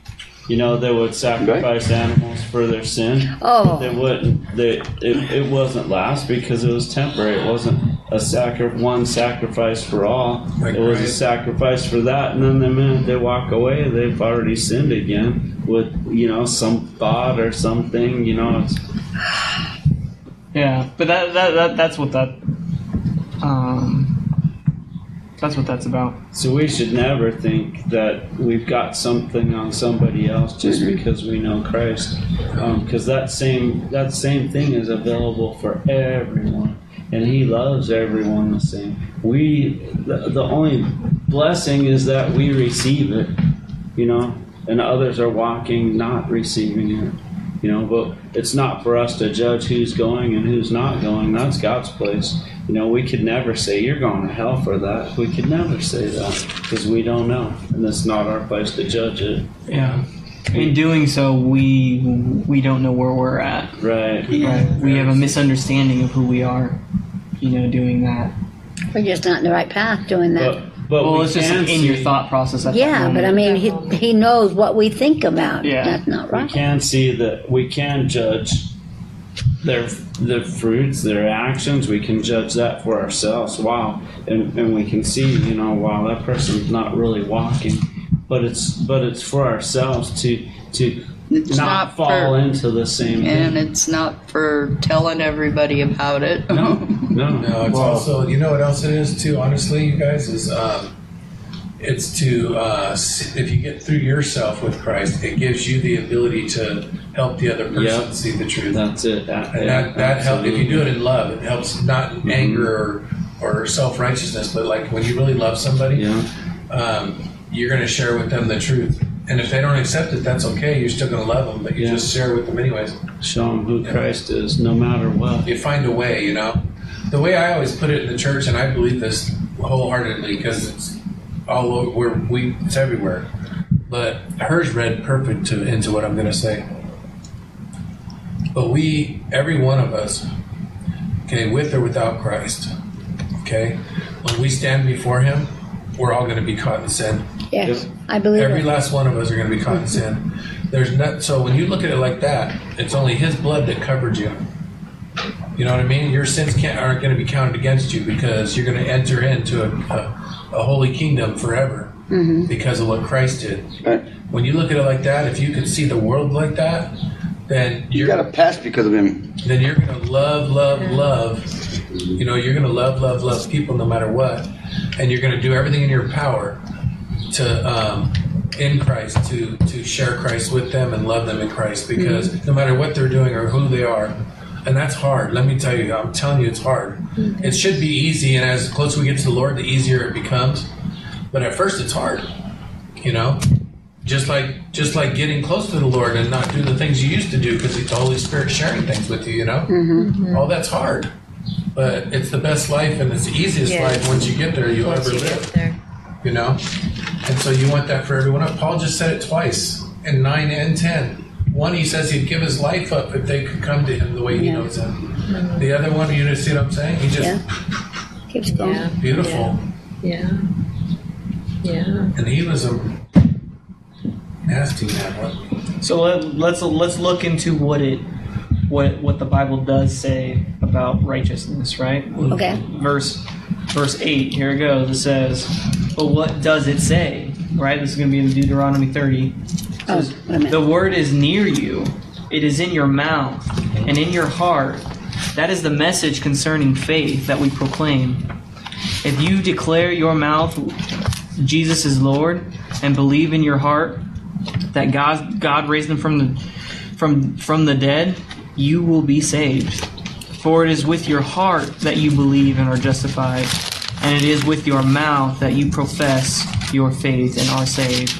H: You know, they would sacrifice animals for their sin. They
G: Oh,
H: wouldn't. They, it, it wasn't last because it was temporary. It wasn't a sacri- one sacrifice for all.
D: Like
H: it was a
D: Christ.
H: sacrifice for that, and then the minute they walk away, they've already sinned again with you know some thought or something. You know, it's
A: Yeah, but that, that, that that's what that um that's what that's about.
H: So we should never think that we've got something on somebody else just because we know Christ, because that same that same thing is available for everyone, and He loves everyone the same. We the, the only blessing is that we receive it, you know, and others are walking not receiving it, you know. But it's not for us to judge who's going and who's not going. That's God's place. You know, we could never say you're going to hell for that. We could never say that because we don't know, and it's not our place to judge it.
A: Yeah. In doing so, we we don't know where we're at.
H: Right.
A: Right. We have a misunderstanding of who we are. You know, doing that.
G: we're just not in the right path doing that.
H: But but
A: Well,
H: we
A: it's just
H: can
A: in
H: see,
A: your thought process. At
G: yeah,
A: that
G: but I
A: moment.
G: mean, he, he knows what we think about.
A: Yeah.
G: That's not
H: We
G: right.
H: can see that we can judge their their fruits, their actions. We can judge that for ourselves. Wow, and and we can see, you know, wow, that person's not really walking. But it's but it's for ourselves to to
F: It's not
H: not, fall
F: for-
H: into the same
F: And
H: thing.
F: it's not for telling everybody about it.
H: No,
D: No, it's
H: Well,
D: also you know what else it is too. Honestly, you guys is um, it's to uh, s- if you get through yourself with Christ, it gives you the ability to help the other person
H: Yep.
D: see the truth,
H: that's it. That,
D: and that that helps. If you do it in love, it helps not
H: Mm-hmm.
D: anger or or self righteousness, but like when you really love somebody,
H: yeah,
D: um, you're going to share with them the truth. And if they don't accept it, that's okay. You're still going to love them, but you
H: Yeah.
D: just share with them anyways.
H: Show them who Christ is, no matter what.
D: You find a way, you know. The way I always put it in the church, and I believe this wholeheartedly because it's all over. We're, we it's everywhere. But hers read perfect to, into what I'm going to say. But we, every one of us, okay, with or without Christ, okay, when we stand before Him, we're all going to be caught in sin.
G: Yes, I believe
D: Every
G: it.
D: last one of us are going to be caught in sin. There's not so when you look at it like that, it's only His blood that covered you. You know what I mean? Your sins can't, aren't going to be counted against you because you're going to enter into a, a, a holy kingdom forever because of what Christ did.
E: Right.
D: When you look at it like that, if you can see the world like that, then
E: You
D: you're
E: got a pass because of him.
D: then you're gonna love, love, love. You know, you're gonna love, love, love people no matter what, and you're gonna do everything in your power to um, in Christ to to share Christ with them and love them in Christ because no matter what they're doing or who they are. And that's hard. Let me tell you, I'm telling you, it's hard. It should be easy, and as close we get to the Lord, the easier it becomes. But at first, it's hard. You know, just like just like getting close to the Lord and not do the things you used to do because He's the Holy Spirit sharing things with you. You know,
C: Mm-hmm.
D: all that's hard, but it's the best life and it's the easiest
C: Yes.
D: life once you get there you'll
C: Once
D: ever
C: you get
D: live.
C: there.
D: You know, and so you want that for everyone. Paul just said it twice in nine and ten. One, he says he'd give his life up if they could come to him the way he
G: Yeah.
D: knows them. The other one, you just see what I'm saying? He just
G: Yeah. Keeps going.
C: Yeah.
D: beautiful,
C: Yeah. Yeah.
D: and he was a nasty man. wasn't he?
A: So let, let's let's look into what it what what the Bible does say about righteousness, right?
G: Okay.
A: Verse verse eight. Here it goes. It says, "But what does it say?" Right. This is going to be in Deuteronomy thirty. It
G: Oh,
A: says,
G: wait a minute.
A: the word is near you. It is in your mouth and in your heart. That is the message concerning faith that we proclaim. If you declare your mouth Jesus is Lord and believe in your heart that God God raised him from the from from the dead, you will be saved. For it is with your heart that you believe and are justified, and it is with your mouth that you profess your faith and are saved.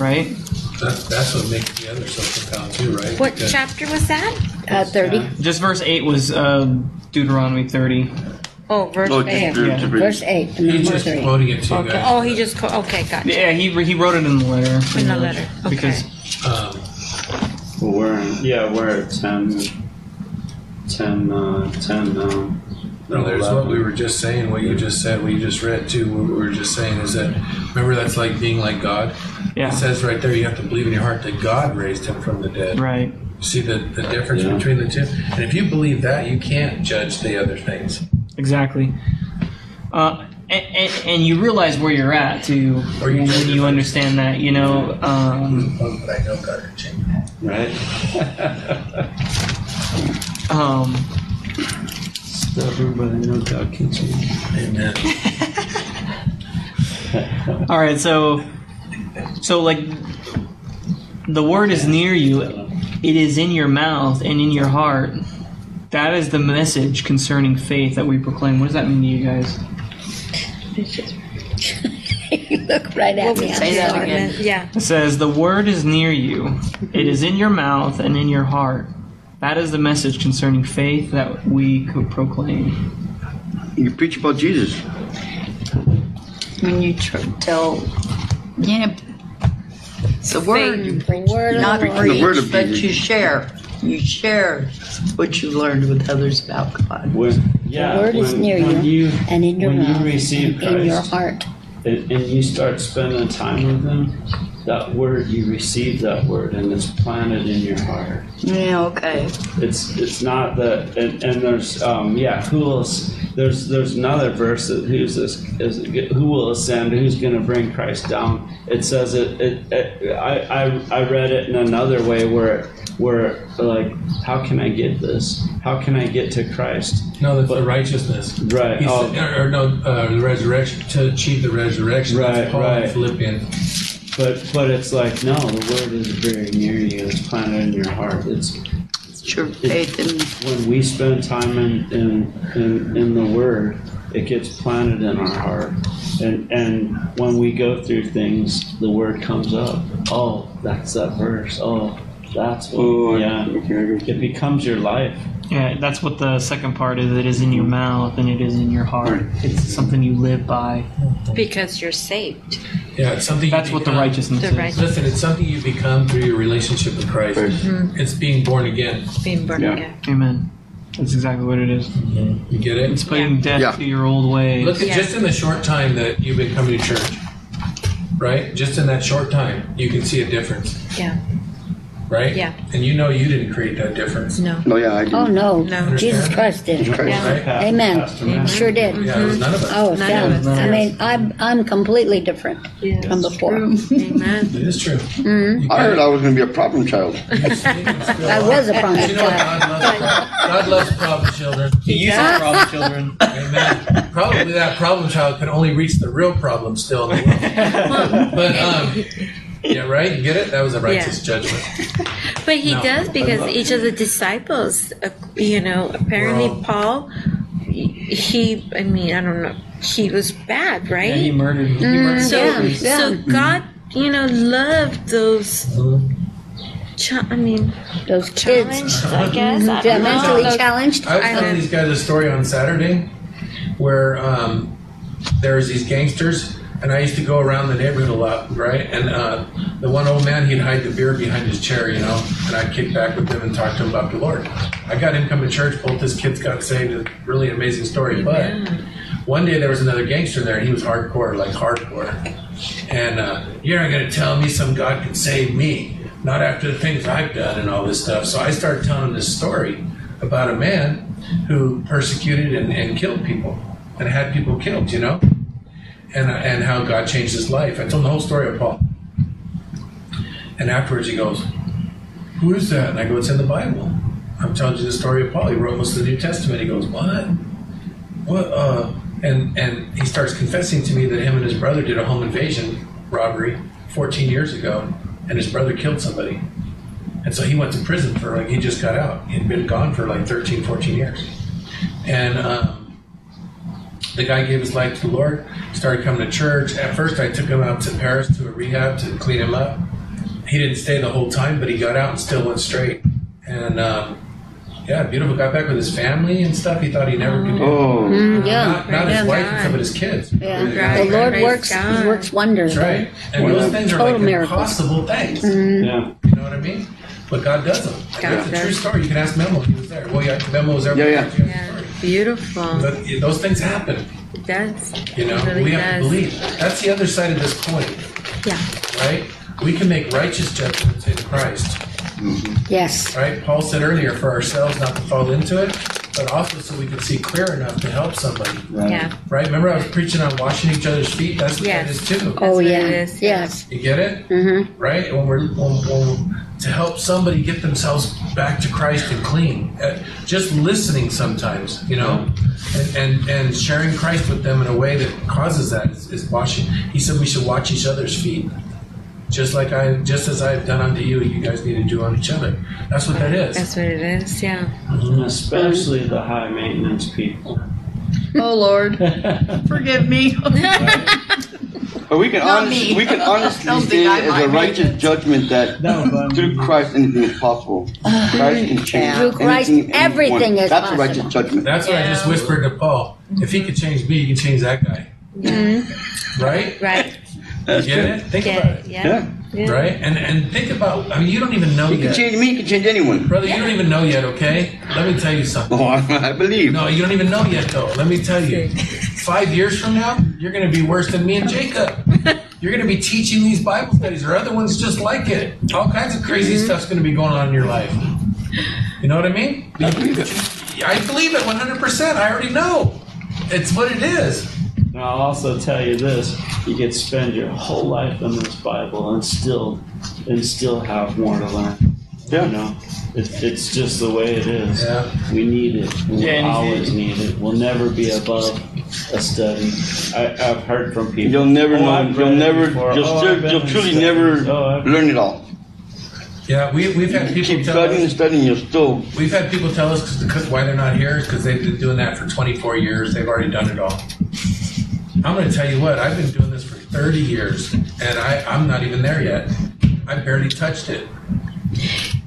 A: Right?
D: That, that's what makes the other so profound too, right?
C: What
D: Because-
C: chapter was that?
G: Uh, 30,
A: Just verse eight was uh, Deuteronomy thirty.
C: Oh, verse
E: Oh,
C: eight.
E: just, yeah. just read.
G: verse 8, and then
D: He's
G: more
D: just
G: 3.
D: quoting it to you guys.
C: Oh, he just co- okay, got
A: Yeah, he he wrote it in the letter. pretty
C: the
A: much,
C: letter,
A: Because
C: okay.
D: Um,
H: Well, we're in, yeah, we're at 10, 10, uh, 10 now.
D: no, uh, there's what we were just saying, what you just said, what you just read too. What we were just saying is that remember that's like being like God.
A: Yeah.
D: It says right there you have to believe in your heart that God raised him from the dead.
A: right.
D: See the, the difference
H: Yeah.
D: between the two? And if you believe that, you can't judge the other things.
A: Exactly. Uh, and, and, and you realize where you're at too
D: Or you
A: when
D: just-
A: you understand that. You know, um,
D: Oh, but I know God can change.
H: Right?
A: um,
H: Stubborn, but I know God can change.
D: Amen.
A: All right, so so like the word is near you. It is in your mouth and in your heart. That is the message concerning faith that we proclaim. What does that mean to you guys?
G: [LAUGHS] You Look right at
F: [LAUGHS]
G: me.
F: Say that
G: I'm sorry.
F: again.
C: Yeah.
A: It says, "The word is near you. It is in your mouth and in your heart." That is the message concerning faith that we could proclaim.
E: You preach about Jesus.
F: When you tr- tell, yeah, it's the word,
G: The word of
F: not
G: the Lord.
E: The word of
F: preach, but
E: Jesus.
F: you share. You share what you learned with others about God.
H: When, yeah,
G: The word
H: when,
G: is near
H: when
G: you,
H: you,
G: and in your
H: when
G: mouth
H: you receive
G: and in your
H: Christ
G: heart.
H: and, and you start spending time with Him, that word, you receive that word and it's planted in your heart.
F: Yeah, okay.
H: It's it's not that, and, and there's um, yeah, who will ass- there's there's another verse that who's this is who will ascend, who's going to bring Christ down? It says it. it, it I, I I read it in another way where where like how can I get this? How can I get to Christ?
D: No, that's the
H: But-
D: righteousness.
H: Right,
D: He
H: oh.
D: said, or, or no, uh, the resurrection to achieve the resurrection. That's
H: Right,
D: Paul in
H: right.
D: Philippians.
H: But but it's like no, the word is very near you. It's planted in your heart. It's
F: It's your faith in
H: when we spend time in in, in, in the Word, it gets planted in our heart. And, and when we go through things, the word comes up. Oh, that's that verse. Oh, that's what.
E: Oh,
H: yeah.
E: okay, I agree.
H: It becomes your life.
A: Yeah, that's what the second part is. It is in your mouth and it is in your heart. It's something you live by.
C: Because you're saved.
D: Yeah, it's something. you
A: That's what the
D: become-
A: righteousness
C: The
A: is.
C: righteous-
D: Listen, it's something you become through your relationship with Christ.
E: Christ.
D: It's being born again.
C: Being born
E: Yeah.
C: again.
A: Amen. That's exactly what it is.
D: You get it?
A: It's putting death
E: Yeah.
A: to your old
D: Look
A: ways.
D: at
C: Yeah.
D: just in the short time that you've been coming to church, right? Just in that short time, you can see a difference,
C: Yeah.
D: right?
C: Yeah.
D: And you know you didn't create that difference.
C: No.
E: No, yeah, I do.
G: Oh, no.
C: No.
G: Jesus Christ did.
E: Christ.
C: Yeah.
D: Right?
H: Pastor-
G: Amen.
H: Pastor Matt.
G: Sure did.
D: Yeah, it was none of us.
G: Oh, it's
C: None
G: down.
C: of us.
G: I mean, I'm, I'm completely different from before.
C: Amen.
D: It is true. You
E: I
D: get
E: heard
D: it. [LAUGHS]
E: I was going to be a problem child.
G: Mm-hmm. I was a promised
D: You know what?
G: child.
D: God loves, God
G: [LAUGHS]
D: loves problem children.
A: He used to problem children.
D: Amen. Probably that problem child could only reach the real problem still in the world. But um, yeah, right. You get it? That was a righteous judgment.
C: But he
D: No.
C: does because each of the disciples, uh, you know, apparently
D: Well-
C: Paul, he, I mean, I don't know, he was bad, right?
A: Yeah, he murdered. He murdered
C: So,
A: children.
G: yeah.
C: so God, you know, loved those. Cha- I mean,
G: Those kids.
C: challenged. I guess. I
G: Yeah,
C: don't know.
G: mentally challenged.
D: I was
C: I
D: telling
C: know.
D: these guys a story on Saturday where um, there was these gangsters, and I used to go around the neighborhood a lot, right? And uh, the one old man, he'd hide the beer behind his chair, you know, and I'd kick back with him and talk to him about the Lord. I got him coming to church, both his kids got saved. It's a really amazing story. But one day there was another gangster in there, and he was hardcore, like hardcore. And uh, you're not going to tell me some God can save me, not after the things I've done and all this stuff. So I started telling him this story about a man who persecuted and, and killed people and had people killed, you know, and, uh, and how God changed his life. I told him the whole story of Paul. And afterwards he goes, Who is that? And I go, It's in the Bible. I'm telling you the story of Paul. He wrote most of the New Testament. He goes, What? What? Uh, and, and he starts confessing to me that him and his brother did a home invasion robbery 14 years ago, and his brother killed somebody. And so he went to prison for like, he just got out. He'd been gone for like 13, 14 years. And um, the guy gave his life to the Lord, started coming to church. At first, I took him out to Paris to a rehab to clean him up. He didn't stay the whole time, but he got out and still went straight. And um, yeah, beautiful. Got back with his family and stuff. He thought he never could do.
E: Oh,
G: Yeah.
D: Not, not his
C: Praise
D: wife and
C: God.
D: some of his kids.
G: Yeah.
C: Right,
G: The Lord
C: praise
G: works
C: God.
G: works wonders.
D: That's right. And
E: Wow.
D: those things are like
G: Total miracle.
D: impossible things.
H: Yeah.
D: You know what I mean? But God does them.
C: Mm-hmm. God
D: That's a true
C: does.
D: story. You can ask Memo. He was there. Well, yeah, Memo was there.
E: Yeah, yeah.
D: You
C: Yeah,
D: have the story.
C: beautiful.
D: But yeah, those things happen.
C: That's
D: You know,
C: It really
D: we have to
C: does.
D: believe. That's the other side of this coin,
C: yeah.
D: right? We can make righteous judgments in Christ,
G: Yes.
D: right? Paul said earlier, for ourselves not to fall into it, but also so we can see clear enough to help somebody,
C: Yeah.
D: right? Remember, I was preaching on washing each other's feet. That's what
C: Yes.
D: that is too.
G: Oh
C: what it
G: yeah.
C: is, yeah.
G: Yes.
D: You get it, mm-hmm. right? When we're when, when, to help somebody get themselves back to Christ and clean, uh, just listening sometimes, you know, and, and and sharing Christ with them in a way that causes that is, is washing. He said we should watch each other's feet, just like I, just as I have done unto you, you guys need to do on each other. That's what that is.
C: That's what it is. Yeah.
H: And especially the high maintenance people.
F: Oh, Lord, forgive me.
E: but we can
F: Not
E: honestly,
F: me.
E: we can honestly
F: Don't
E: say
F: think I
E: as a
F: might
E: righteous judgment that
H: No, but-
E: through Christ anything is possible. Christ can change
G: Through Christ,
E: anything, anyone.
G: everything is
E: That's a
G: possible.
E: righteous judgment.
D: That's what I just whispered to Paul. If he could change me, you can change that guy, right?
C: Right.
E: That's
D: You get it?
E: true.
D: Think about
C: Yeah.
D: it.
C: Yeah.
E: Yeah.
D: Right, and and think about. I mean, you don't even know
E: You can
D: yet.
E: change me, you can change anyone. [LAUGHS]
D: Brother, you don't even know yet, okay? Let me tell you something.
E: Oh, I, I believe.
D: No, you don't even know yet, though. Let me tell you. Five years from now, you're going to be worse than me and Jacob. You're going to be teaching these Bible studies or other ones just like it. All kinds of crazy stuff's going to be going on in your life. You know what I mean?
E: I believe it.
D: I believe it 100%. I already know. It's what it is.
H: And I'll also tell you this: you could spend your whole life in this Bible and still, and still have more to learn.
E: Yeah.
H: You know, it's, it's just the way it is.
D: Yeah.
H: We need it. We'll
A: Yeah, and-
H: always need it. We'll never be above a study. I, I've heard from people.
E: You'll never
H: "Oh,
E: know.
H: I've
E: You'll
H: read it
E: never.
H: before.
E: You'll,
H: Oh,
E: still,
H: I've been
E: you'll
H: in
E: truly
H: studies.
E: never
H: Oh, I've-
E: learn it all.
D: Yeah, we, we've had
E: You
D: people
E: keep
D: tell
E: studying and
D: us,
E: studying, you'll still.
D: we've had people tell us 'cause the, why they're not here is because they've been doing that for 24 years. They've already done it all. I'm going to tell you what, I've been doing this for 30 years and I, I'm not even there yet. I barely touched it.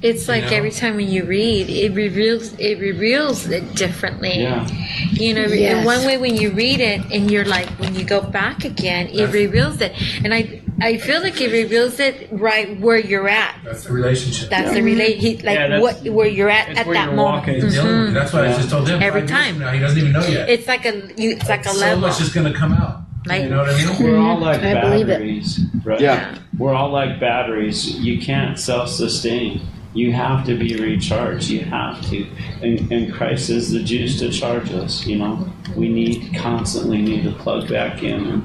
C: It's like
D: know?
C: every time when you read, it reveals it reveals it differently.
H: Yeah.
C: You know, in
G: Yes.
C: one way when you read it, and you're like, when you go back again, it reveals it, and I I feel like it reveals it right where you're at.
D: That's the relationship.
C: That's the relate, he, like
A: Yeah, that's-
C: what where you're at
A: it's
C: at
A: where
C: that
A: you're
C: moment.
A: walking.
D: Dealing with it. That's why I
H: Yeah.
D: just told him
C: Mm-hmm. Every
D: five years
C: time.
D: from now, he doesn't even know yet.
C: It's like a you, it's like a
D: so
C: level.
D: much is going to come out.
C: Like-
D: you know what I mean?
H: We're all like
G: I believe it.
H: batteries, right?
E: Yeah.
H: We're all like batteries. You can't self-sustain. You have to be recharged. You have to. And, and Christ is the juice to charge us. You know, we need constantly need to plug back in and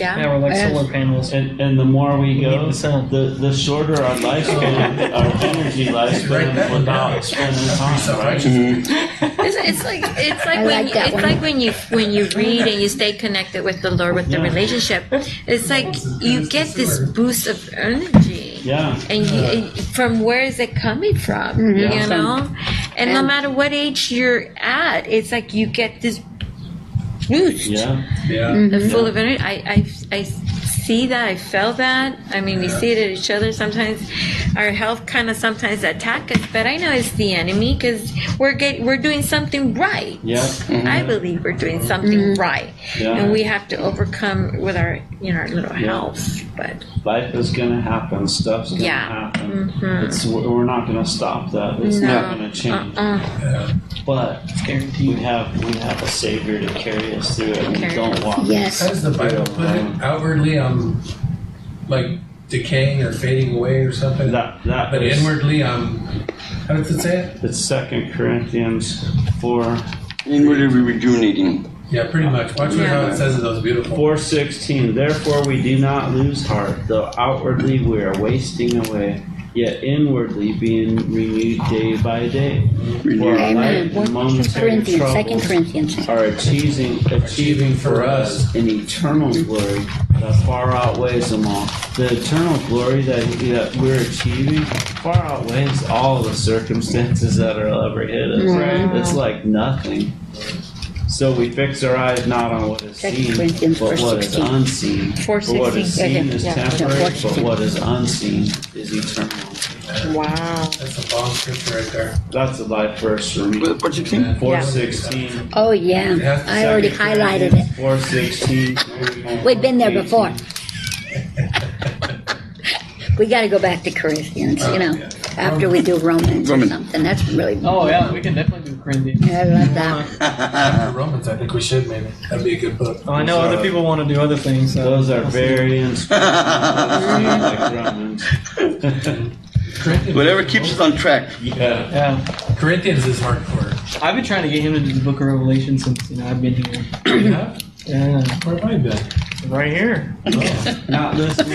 C: yeah.
A: Yeah, we're like
G: Yes.
A: solar panels.
H: And, and the more we go,
A: need the sun.
H: the, the shorter our lifespan, our energy lifespan without spending time, right?
C: It's, it's like it's like
G: I
C: when
G: like
C: you,
G: that
C: it's
G: one.
C: like when you when you read and you stay connected with the Lord with the
H: Yeah.
C: relationship. It's like you get this boost of energy.
H: Yeah.
C: And you, and from where is it coming from? You know,
H: Yeah.
C: and no
G: Mm-hmm. And-
C: matter what age you're at, it's like you get this boost
H: Yeah.
D: Yeah.
C: full of energy. I, I, I see that. I felt that. I mean, we see it at each other sometimes. Our health kind of sometimes attack us, but I know it's the enemy because we're get, we're doing something right.
H: Yeah.
C: I believe we're doing something right,
H: Yeah.
C: and we have to overcome with our you know our little
H: Yeah.
C: health. But
H: Life is going to happen. Stuff's going to
C: Yeah.
H: happen.
G: Mm-hmm.
H: It's, we're we're not going to stop that. It's not going to change.
G: Uh-uh.
C: uh,
H: But we have we have a Savior to carry us through it. and We
C: Carry
H: don't
C: us.
H: walk.
D: How
G: Yes.
D: does the Bible put it? Outwardly, I'm like decaying or fading away or something.
H: That, that
D: but
H: is-
D: inwardly, I'm. How does it say it?
H: It's Second Corinthians 4.
E: Inwardly rejuvenating.
D: Yeah, pretty much. Watch what how it says it. Those beautiful.
H: 416 Therefore we do not lose heart, though outwardly we are wasting away, yet inwardly being renewed day by day. For our light
G: Amen.
H: and momentary
G: Corinthians, Second
H: troubles
G: Corinthians.
H: are achieving, achieving for us an eternal glory that far outweighs them all. The eternal glory that, that we're achieving far outweighs all the circumstances that will ever hit us. It's like nothing. So we fix our eyes not on what is
G: Second
H: seen,
G: Corinthians
H: but what is
G: 4:16.
H: unseen. For what is
G: 4:16,
H: seen
G: okay,
H: is
G: yeah, yeah,
H: temporary, but
G: 4:16.
H: what is unseen is eternal.
C: wow.
D: That's a bomb scripture right there.
H: That's a life verse for me.
E: But, but you see,
H: Four sixteen.
G: Oh, yeah. I already highlighted it.
H: Four sixteen.
G: We've been there before. We got to go back to Corinthians, you know, after we do Romans or
E: Romans.
G: something. That's really.
A: Oh yeah, we can definitely do Corinthians.
G: I love that.
D: After Romans, I think we should maybe. That'd be a good book.
A: Oh, I know other people want to do other things. So
H: Those are very inspiring. like Romans.
D: Corinthians,
E: whatever keeps us on track.
H: Yeah.
A: Yeah,
D: Corinthians is hardcore.
A: I've been trying to get him to do the Book of Revelation since you know I've been here.
D: yeah?
A: Yeah,
D: Where have I been? [LAUGHS]
A: right here.
H: Not listening.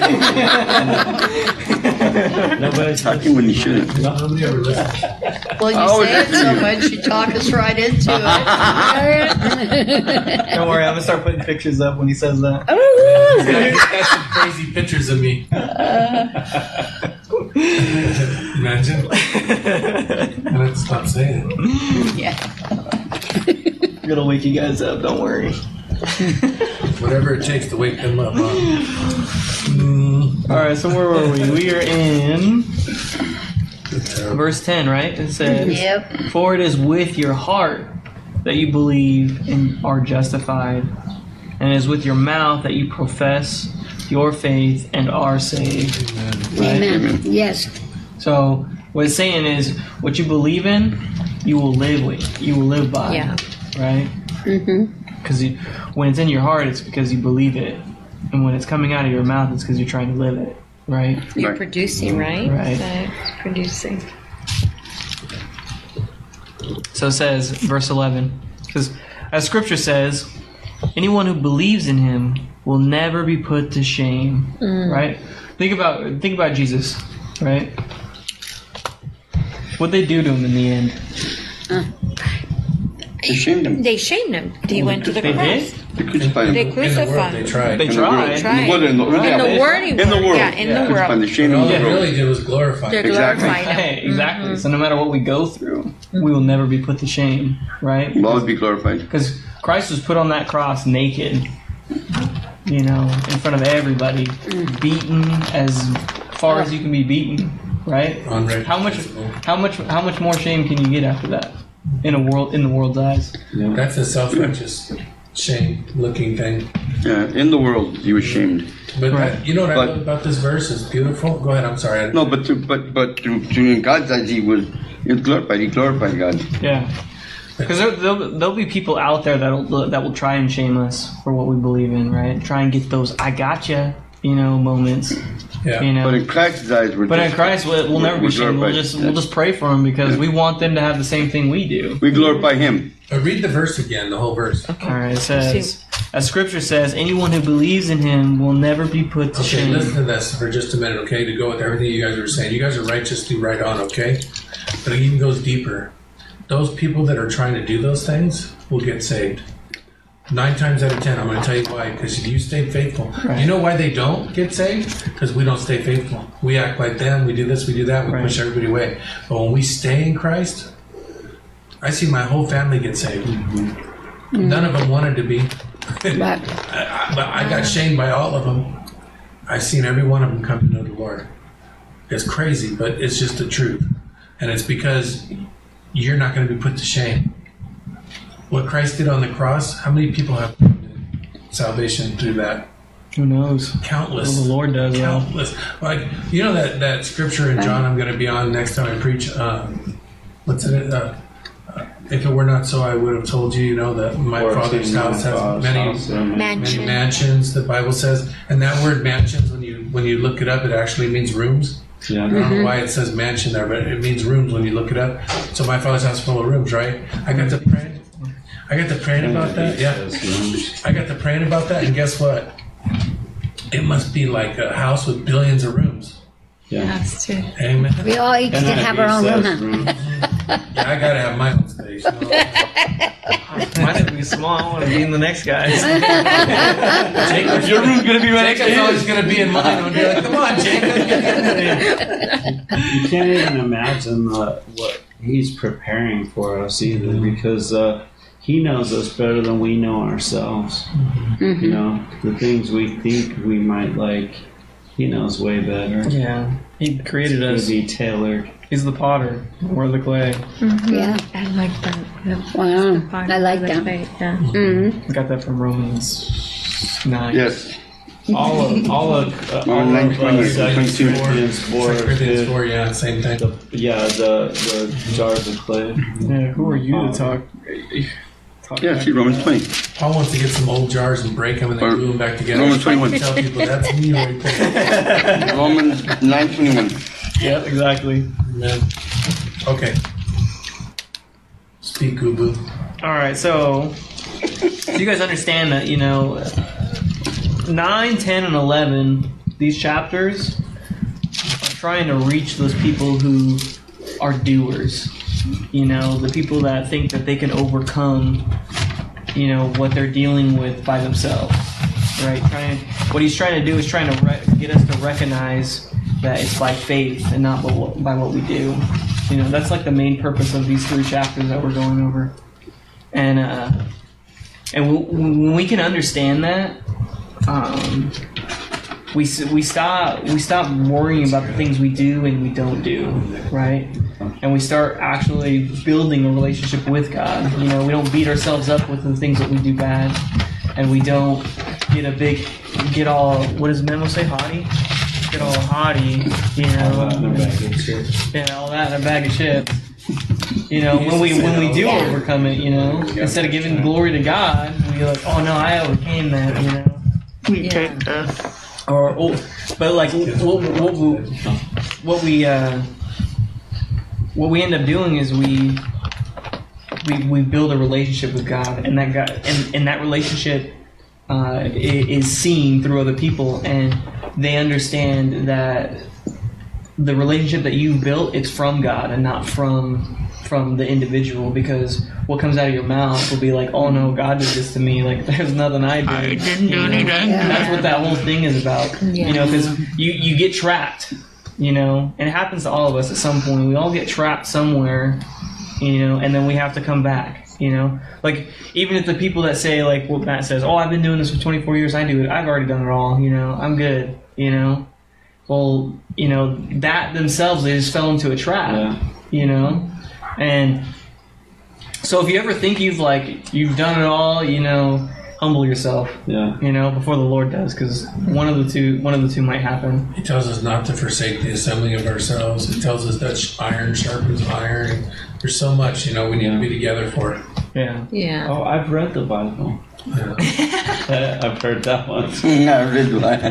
H: Nobody's
E: Talking when you shouldn't.
D: Nobody ever [LAUGHS] listened.
F: Well, you
E: Oh,
F: say it so much, you talk us right [LAUGHS] into it.
A: [LAUGHS] Don't worry, I'm gonna start putting pictures up when he says that.
D: That's some crazy pictures of [LAUGHS] me. Imagine. I'd stop saying it.
A: I'm [LAUGHS] gonna wake you guys up. Don't worry.
D: Whatever it takes to wake them up. Huh? Mm,
A: All right, so where were we? We are in verse ten, right? It says,
F: Yep.
A: "For it is with your heart that you believe and are justified, and it is with your mouth that you profess your faith and are saved."
G: Amen. Yes.
A: So what it's saying is, what you believe in, you will live with. You will live by.
C: Yeah.
A: Right. Because mm when it's in your heart, it's because you believe it, and when it's coming out of your mouth, it's because you're trying to live it. Right.
C: You're producing, right?
A: Right.
C: So, producing.
A: So it says, verse 11, because as scripture says, anyone who believes in him will never be put to shame. Right? Think about think about Jesus, right? What they do to him in the end?
E: Ashamed him.
C: They shamed him. He went to the
A: They
C: cross.
A: did?
E: You could just find
C: They
E: them.
D: In the world, they
C: crucified.
D: tried.
A: They
E: In the world.
A: tried.
C: Tried.
E: In the world, in the,
C: In
E: yeah,
C: the world.
E: In the world.
C: Yeah, in the
E: You could
C: world.
E: find the shame
D: But
E: in
D: all
E: the
D: they
E: world.
D: really did was glorify.
C: They're
D: it.
E: Exactly.
C: glorified now.
A: Hey, exactly. So no matter what we go through, we will never be put to shame, right?
E: We'll always be glorified.
A: Because Christ was put on that cross naked, you know, in front of everybody, beaten as far as you can be beaten, right?
D: On record.
A: How much? How much? How much more shame can you get after that? In a world, in the world's eyes.
D: That's a self-righteous shame-looking thing.
E: Yeah, in the world, you were shamed.
D: But
A: Right.
D: that- you know what I
E: But-
D: love about this verse is beautiful. Go ahead. I'm sorry. I-
E: No, but to, but but to, to in God's eyes, he was he was glorified. He glorified God.
A: Yeah. Because there, there'll, there'll be people out there that'll that will try and shame us for what we believe in, right? Try and get those "I gotcha," you know, moments.
D: yeah.
A: You know,
E: But in Christ's eyes, we're
A: But in
E: just,
A: Christ, we'll, we'll never be
E: We're
A: shamed. We'll
E: glorified.
A: just we'll just pray for them because we want them to have the same thing we do.
E: we glorify Him.
D: Uh, read the verse again. The whole verse.
A: All right, it says, as Scripture says, anyone who believes in Him will never be put to
D: Okay, listen
A: shame.
D: to this for just a minute, okay? To go with everything you guys were saying. You guys are righteously right on, okay? But it even goes deeper. Those people that are trying to do those things will get saved. Nine times out of ten, I'm going to tell you why. Because you stay faithful. You know why they don't get saved? Because we don't stay faithful. We act like them. We do this. We do that. We
A: Right.
D: push everybody away. But when we stay in Christ, I see my whole family get saved.
A: Mm-hmm.
D: None of them wanted to be. [LAUGHS] I, I- but I got shamed by all of them. I've seen every one of them come to know the Lord. It's crazy, but it's just the truth. And it's because you're not going to be put to shame. What Christ did on the cross, how many people have salvation through that?
A: Who knows?
D: Countless.
A: Well, the Lord uh, does, though. [LAUGHS]
D: Countless. Like, you know that, that scripture in John I'm going to be on next time I preach? Um, what's it? Uh, uh, if it were not so, I would have told you, you know, that my
H: Or
D: father's
H: to my
D: house has
H: father's
D: many
H: house and my-
D: many
C: Mansion.
D: mansions the bible says and that word mansions when you when you look it up it actually means rooms
H: Yeah,
D: i don't know why it says mansion there but it means rooms when you look it up so my father's house full of rooms right i got to praying i got to praying about that yeah i got to praying about that and guess what it must be like a house with billions of rooms
H: Yeah.
C: That's true.
D: amen
G: We all each did have our own room, huh?
D: [LAUGHS] yeah, i gotta have my own space you know?
A: Mine's gonna be small. I want to be in the [LAUGHS] next guy's.
D: Jacob's
A: Your room's gonna be right
D: Jacob's always gonna be in mine. I'm gonna be like, come on, Jacob. get in there."
H: You can't even imagine the, what he's preparing for us either,
D: Mm-hmm.
H: because uh, he knows us better than we know ourselves.
G: Mm-hmm.
H: You know, the things we think we might like, he knows way better.
A: yeah, He created
H: It's
A: us.
H: gonna be tailored.
A: He's the Potter. We're the clay.
G: Yeah.
C: I like that. The-
G: Wow.
C: Mm-hmm. the part
G: I like
C: of the
G: that.
C: faith, yeah.
A: I got that from Romans nine.
E: Yes,
H: All of all of uh, all
E: Nine
H: of uh,
E: twenty,
H: Second
E: twenty two.
H: Corinthians four,
D: Second Corinthians
H: fifth,
D: four, yeah, same thing.
H: the, yeah, the the jars of clay.
A: Yeah, who are you to talk? talk
E: yeah.
A: back
E: See
A: to
E: Romans
A: that?
E: twenty.
D: Paul wants to get some old jars and break them and
E: Or
D: then glue them back together.
E: Romans 21.
D: Tell people that's me right there.
E: Romans nine twenty [LAUGHS] one.
A: Yep, exactly.
D: Amen. Okay. Speak, Gubu.
A: All right, so do you guys understand that you know nine, ten, and eleven? These chapters are trying to reach those people who are doers. You know, the people that think that they can overcome, you know, what they're dealing with by themselves. Right? Trying. What he's trying to do is trying to re- get us to recognize that it's by faith and not by what, by what we do. You know, that's like the main purpose of these three chapters that we're going over and uh, and w- when we can understand that, um, we s- we stop we stop worrying about the things we do and we don't do, right? And we start actually building a relationship with God. You know, we don't beat ourselves up with the things that we do bad, and we don't get a big get all what does Memo say haughty. Get all haughty, you know,
H: Uh, they're back in church.
A: yeah, all that in a bag of chips. You know, when we when we do overcome it, you know, instead of giving glory to God, we like, oh no, I overcame that, you know.
F: We
C: Yeah.
F: take the-
A: Or oh, but like what, what, what, what we uh, what we end up doing is we we, we build a relationship with God, and that God and, and that relationship uh, i- is seen through other people, and they understand that the relationship that you built it's from God and not from from the individual because what comes out of your mouth will be like, oh no, God did this to me. Like [LAUGHS] there's nothing I did. I didn't do anything. That's what that whole thing is about. You know, because you you get trapped. You know, and it happens to all of us at some point. We all get trapped somewhere. You know, and then we have to come back. You know, like even if the people that say like what Matt says, oh, I've been doing this for 24 years. I do it. I've already done it all. You know, I'm good. You know, well, you know, that themselves, they just fell into a trap,
H: Yeah.
A: you know? And so if you ever think you've like, you've done it all, you know, humble yourself,
H: Yeah.
A: you know, before the Lord does, because one of the two, one of the two might happen.
D: He tells us not to forsake the assembling of ourselves. He tells us that sh- iron sharpens iron. There's so much, you know, we need to be together for it.
A: Yeah.
C: Yeah.
H: Oh, I've read the Bible.
D: Yeah.
H: [LAUGHS] I've heard that one.
E: Not really. That's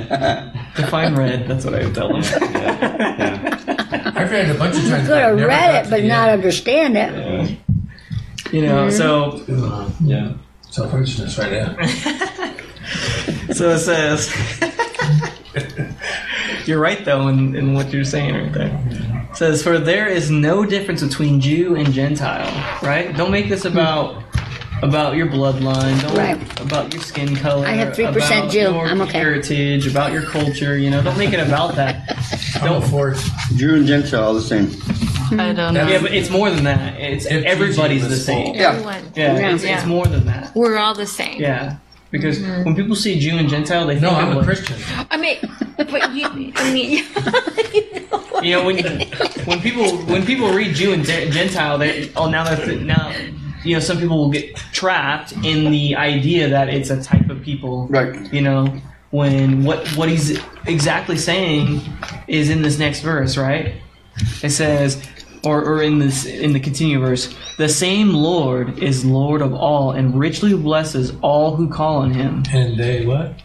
A: Define red, that's what I would tell them.
D: I've read it a bunch of times.
G: Could
D: but I've
G: have
D: never got
G: read
D: to
G: it, but
D: the
G: not
D: end.
G: understand it.
H: Yeah.
A: You know,
G: Mm-hmm.
A: so
D: Uh,
H: yeah.
D: Self righteousness, right now.
A: So it says. [LAUGHS] you're right though in, in what you're saying right there. It says, for there is no difference between Jew and Gentile, right? Don't make this about about your bloodline, don't
G: Right.
A: about your skin color.
G: I have 3%
A: about
G: Jew.
A: Your
G: I'm okay.
A: Heritage, about your culture. You know, don't make it about
G: [LAUGHS]
A: that.
D: I'm a fourth.
E: [LAUGHS] Jew and Gentile all the same.
I: I
G: Oh,
I: don't know.
A: yeah, but it's more than that. It's
D: If
A: everybody's
D: Jesus
A: the
D: was
A: same.
D: full.
E: Yeah.
C: Everyone.
A: Yeah, it's,
C: Yeah.
A: it's more than that.
C: We're all the same.
A: Yeah, because
G: Mm-hmm.
A: when people see Jew and Gentile, they
D: No,
A: think
D: I'm
A: of
D: a
A: like-
D: Christian.
C: I mean, but you, I mean,
A: You know when when people when people read Jew and Gen- Gentile, they oh now they're now you know some people will get trapped in the idea that it's a type of people.
E: Right.
A: You know when what what he's exactly saying is in this next verse, right? It says. Or, or in this in the continue verse, the same Lord is Lord of all and richly blesses all who call on Him.
D: And they what?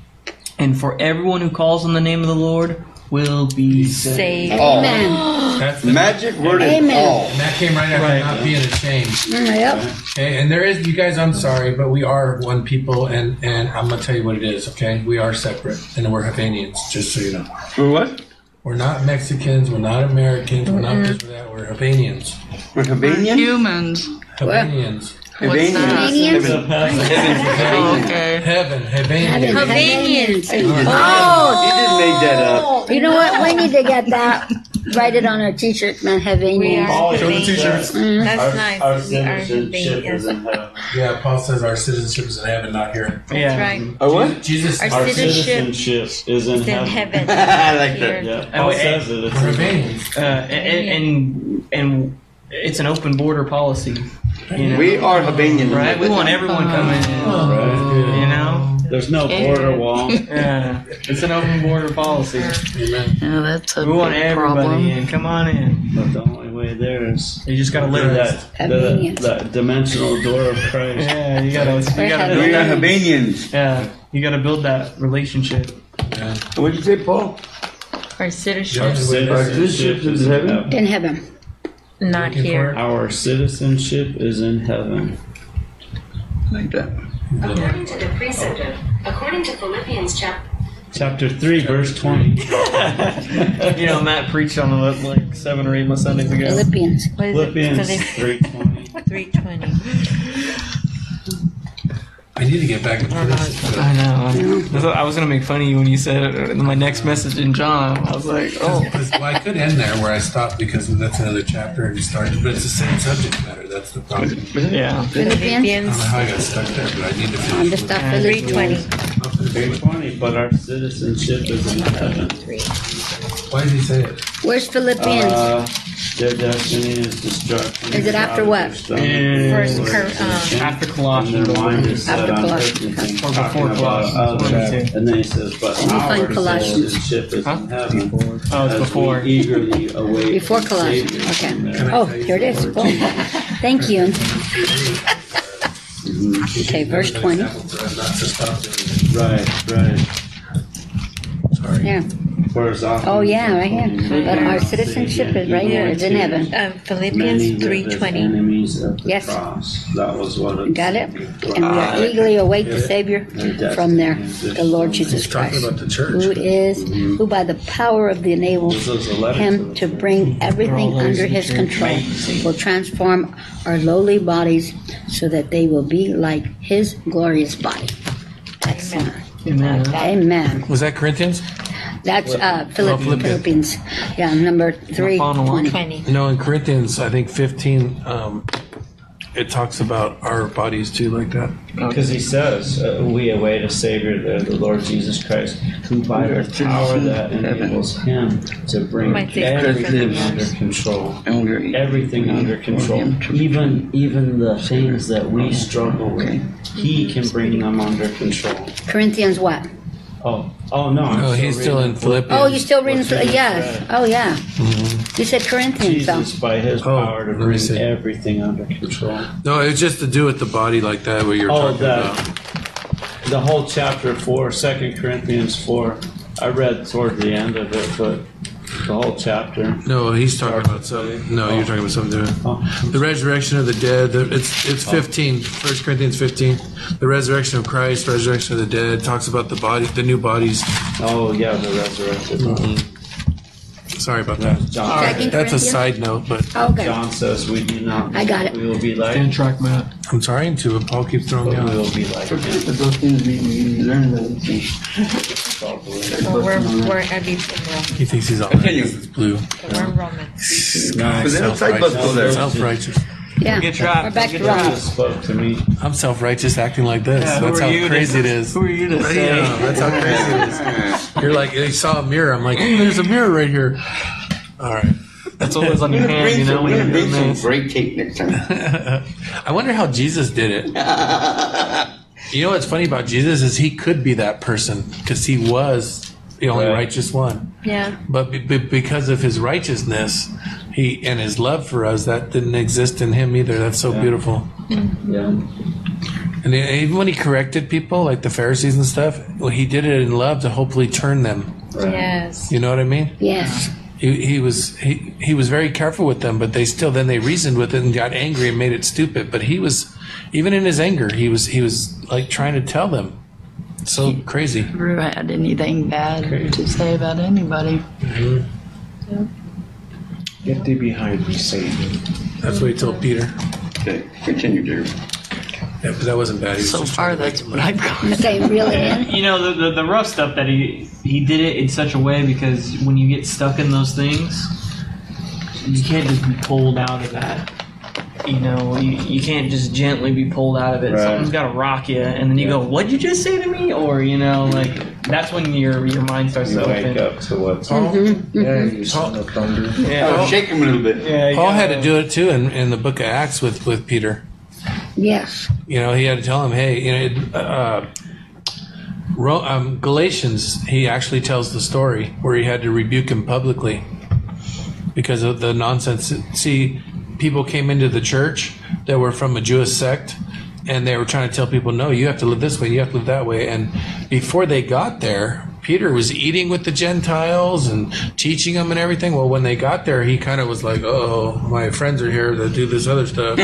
A: And for everyone who calls on the name of the Lord will be saved.
C: say
E: All.
G: Amen.
D: That's the
E: Magic word is
G: Amen.
E: all.
D: And that came right after
A: Right.
D: not being ashamed.
G: Uh, Yep.
D: Okay, and there is, you guys, I'm sorry, but we are one people, and, and I'm going to tell you what it is, okay? We are separate, and we're Havanians, just so you know.
E: For what?
D: We're not Mexicans, we're not Americans, we're not this or that, we're Havanians.
E: We're Havanian?
I: Humans.
D: Havanians.
I: What's that?
G: Convenience.
I: Oh, okay.
D: Heaven, Havanian.
G: Convenience.
C: Oh!
E: You just made that up.
G: You know what? We need to get that. Write it on our T-shirt, man.
C: we
G: Havanian.
H: All
C: are
H: your
C: Havanians.
H: t-shirts.
C: That's
H: Our,
C: nice.
H: our
C: we are
H: citizenship is
C: Havanians.
H: in heaven.
D: Yeah, Paul says our citizenship is in heaven, not here.
A: Yeah.
C: That's right.
E: Oh, what?
D: Jesus,
C: Our
H: Our
C: Citizenship
H: citizenship is in
C: It's in
H: heaven.
C: heaven.
E: I like that.
H: Yeah.
A: Oh,
H: Paul
A: wait,
H: says it. It's
D: we're
H: in heaven.
D: Havanians.
A: uh, and, and and it's an open border policy. You know,
E: We are Havanian.
A: right? We want everyone coming
D: Oh,
A: in.
H: Right.
A: You know,
H: There's no border wall.
A: yeah, it's an open border policy.
D: Amen.
I: Yeah, that's a
A: We want
I: big
A: everybody
I: problem.
A: in. Come on in.
H: But the only way there is
A: You just gotta
H: through
A: live that.
H: that, the, that dimensional door of Christ.
A: Yeah, you gotta, you gotta
E: We
A: build
E: are
A: that.
E: Havanians.
A: Yeah, you gotta build that relationship.
E: What did you say, Paul?
C: Our citizenship
E: Our citizenship is in heaven?
G: In heaven.
C: not here.
H: Our citizenship is in heaven.
E: Like [LAUGHS] that.
J: According to the preceptor, according to Philippians chapter.
H: Chapter 3, verse 20.
A: You know, Matt preached on it like seven or eight months Sundays ago.
G: Philippians.
C: What is
H: Philippians
C: it?
H: 3.20.
C: 320.
D: I need to get back in person.
A: I know. I thought- I was gonna make fun of you when you said it in my next message in John. I was like, oh,
D: Well, I could end there where I stopped because that's another chapter and started, but it's the same subject matter. That's the problem.
A: yeah.
G: Philippians.
D: I don't know how I got stuck there, but I need to
G: On
D: finish.
G: the
D: with
G: stuff. Philippians.
C: 320.
H: 3.20, but our citizenship is in heaven.
D: it. Why did he say it?
G: Where's Philippians?
H: Uh, their destiny is destruction.
G: Is it after what? uh,
C: First cor- um,
A: After
H: And
A: Colossians. uh,
H: their mind is set
G: After
H: on
G: Colossians.
H: earthly things,
A: Or
H: talking
A: before
H: about
A: Colossians,
H: others.
A: 22.
H: And then he says, but
G: me find
H: our
G: Colossians.
H: citizenship is
A: Huh?
H: in heaven.
A: Oh, it's
H: as we
A: before.
H: eagerly await
G: Before
H: the
G: Colossians,
H: Savior
G: okay.
H: from there.
G: Oh, here it is. Cool. Thank you. Okay, verse 20.
D: uh, Not to stop doing it.
H: Right, right.
G: Yeah.
H: Whereas often
G: Oh, yeah, right here. But our
H: Philippians
G: citizenship
H: say,
G: is right here. It's in heaven.
C: Um,
H: Many
C: Philippians
H: live
C: three
H: as
C: twenty.
H: enemies of the
G: Yes.
H: cross. That was what it
G: Got it?
H: said.
G: And we
K: Uh,
G: are eagerly await the Savior from there, the Lord Jesus
K: He's talking
G: Christ,
K: about the church. Mm-hmm.
G: who is, who by the power of the enable him to bring everything under his control, will transform our lowly bodies so that they will be like his glorious body. Excellent.
A: Amen.
G: Amen.
D: Was that Corinthians?
G: That's uh, Philip-
D: Oh, Philippians.
G: Philippians, yeah, number three
D: following along.
G: twenty.
C: Twenty.
D: No, in Corinthians, I think 15, um, it talks about our bodies too, like that.
H: Because he says, uh, "We await a Savior, the, the Lord Jesus Christ, who by the power that enables Him to bring
C: Might take
H: everything
C: Christ
H: under control, everything under control, even even the things that we struggle with, He can bring them under control."
G: Corinthians what?
H: Oh, oh no! I'm
D: Oh, he's still
H: reading
D: in Philippians.
G: Oh, you still reading,
H: What's in it?
G: yes, oh, yeah. You said Corinthians, though.
H: Jesus by His power
D: let
H: to
D: me
H: bring
D: see.
H: everything under control.
D: No, it was just to do with the body like that, what you're
H: Oh,
D: talking
H: that-
D: about.
H: the whole chapter four, Second Corinthians four. I read toward the end of it, but the whole chapter.
D: No, he's talking about something. No, you're talking about something different.
H: Oh,
D: The resurrection of the dead. The, it's it's 15, 1 Corinthians 15. The resurrection of Christ, resurrection of the dead talks about the body, the new bodies.
H: Oh yeah, the resurrected.
E: Mm-hmm.
D: Sorry about that.
H: John,
G: Second
D: That's a
G: Corinthians?
D: side note, but
G: Oh, good.
H: John says we do not.
G: I got it.
H: We will be like.
A: Stand track, Matt.
D: I'm trying to, but Paul keeps throwing
H: We
D: me out.
H: will be like.
E: Forget that those things mean we learn those things.
C: Well, we're we're at least in Rome.
D: He thinks he's all right.
E: Continue.
D: 'cause It's blue.
C: So we're in Roman.
E: But then it's like, let's go there.
D: Self-righteous.
G: Yeah.
A: Get trapped.
G: We're back
A: Get
G: to Rome.
H: Jesus spoke to me.
D: I'm self-righteous acting like this.
A: Yeah, who
D: that's
A: are
D: how
A: you to-
D: crazy it is.
A: Who are you to say?
D: Yeah, that's how crazy it is. You're like, they saw a mirror. I'm like, oh, there's a mirror right here. All right.
A: That's always on your hand, you know,
E: We're
A: when you're
E: gonna bring
A: doing
E: some
A: this.
E: great tape next time.
D: I wonder how Jesus did it. You know what's funny about Jesus is he could be that person because he was the only
H: Right.
D: righteous one.
C: Yeah.
D: But be- be- because of his righteousness, he and his love for us, that didn't exist in him either. That's so beautiful.
H: Yeah.
D: And e- even when he corrected people, like the Pharisees and stuff, well, he did it in love to hopefully turn them.
C: Yes.
D: You know what I mean?
G: Yes.
D: He, he was he, he was very careful with them, but they still then they reasoned with it and got angry and made it stupid. But he was even in his anger, he was he was like trying to tell them. It's so crazy.
F: Never had anything bad to say about anybody.
H: Get thee behind me, Satan.
D: That's what he told Peter.
E: Okay, continue, dear.
D: Yeah, but that wasn't bad. He was
F: So
D: just
F: far,
D: trying to
F: that's
D: make
F: what I've got.
G: Okay, really in?
A: You know, the, the, the rough stuff that he he did it in such a way because when you get stuck in those things, you can't just be pulled out of that. You know, you, you can't just gently be pulled out of it.
H: Right.
A: Something's got to rock you, and then you go, "What'd you just say to me?" Or you know, like that's when your your mind starts
H: You
A: to
H: wake
A: open.
H: up to what's. Yeah, you son of thunder.
E: Oh,
A: Yeah,
E: shake him a little bit.
A: yeah. you
D: Paul had
A: gotta-
D: to do it too in, in the book of Acts with, with Peter.
G: Yes.
D: You know, he had to tell him, hey, you know, uh, Ro- um, Galatians, he actually tells the story where he had to rebuke him publicly because of the nonsense. See, people came into the church that were from a Jewish sect and they were trying to tell people, no, you have to live this way, you have to live that way. And before they got there, Peter was eating with the Gentiles and teaching them and everything. Well, when they got there, he kind of was like, oh, my friends are here that do this other
E: [LAUGHS]
D: stuff.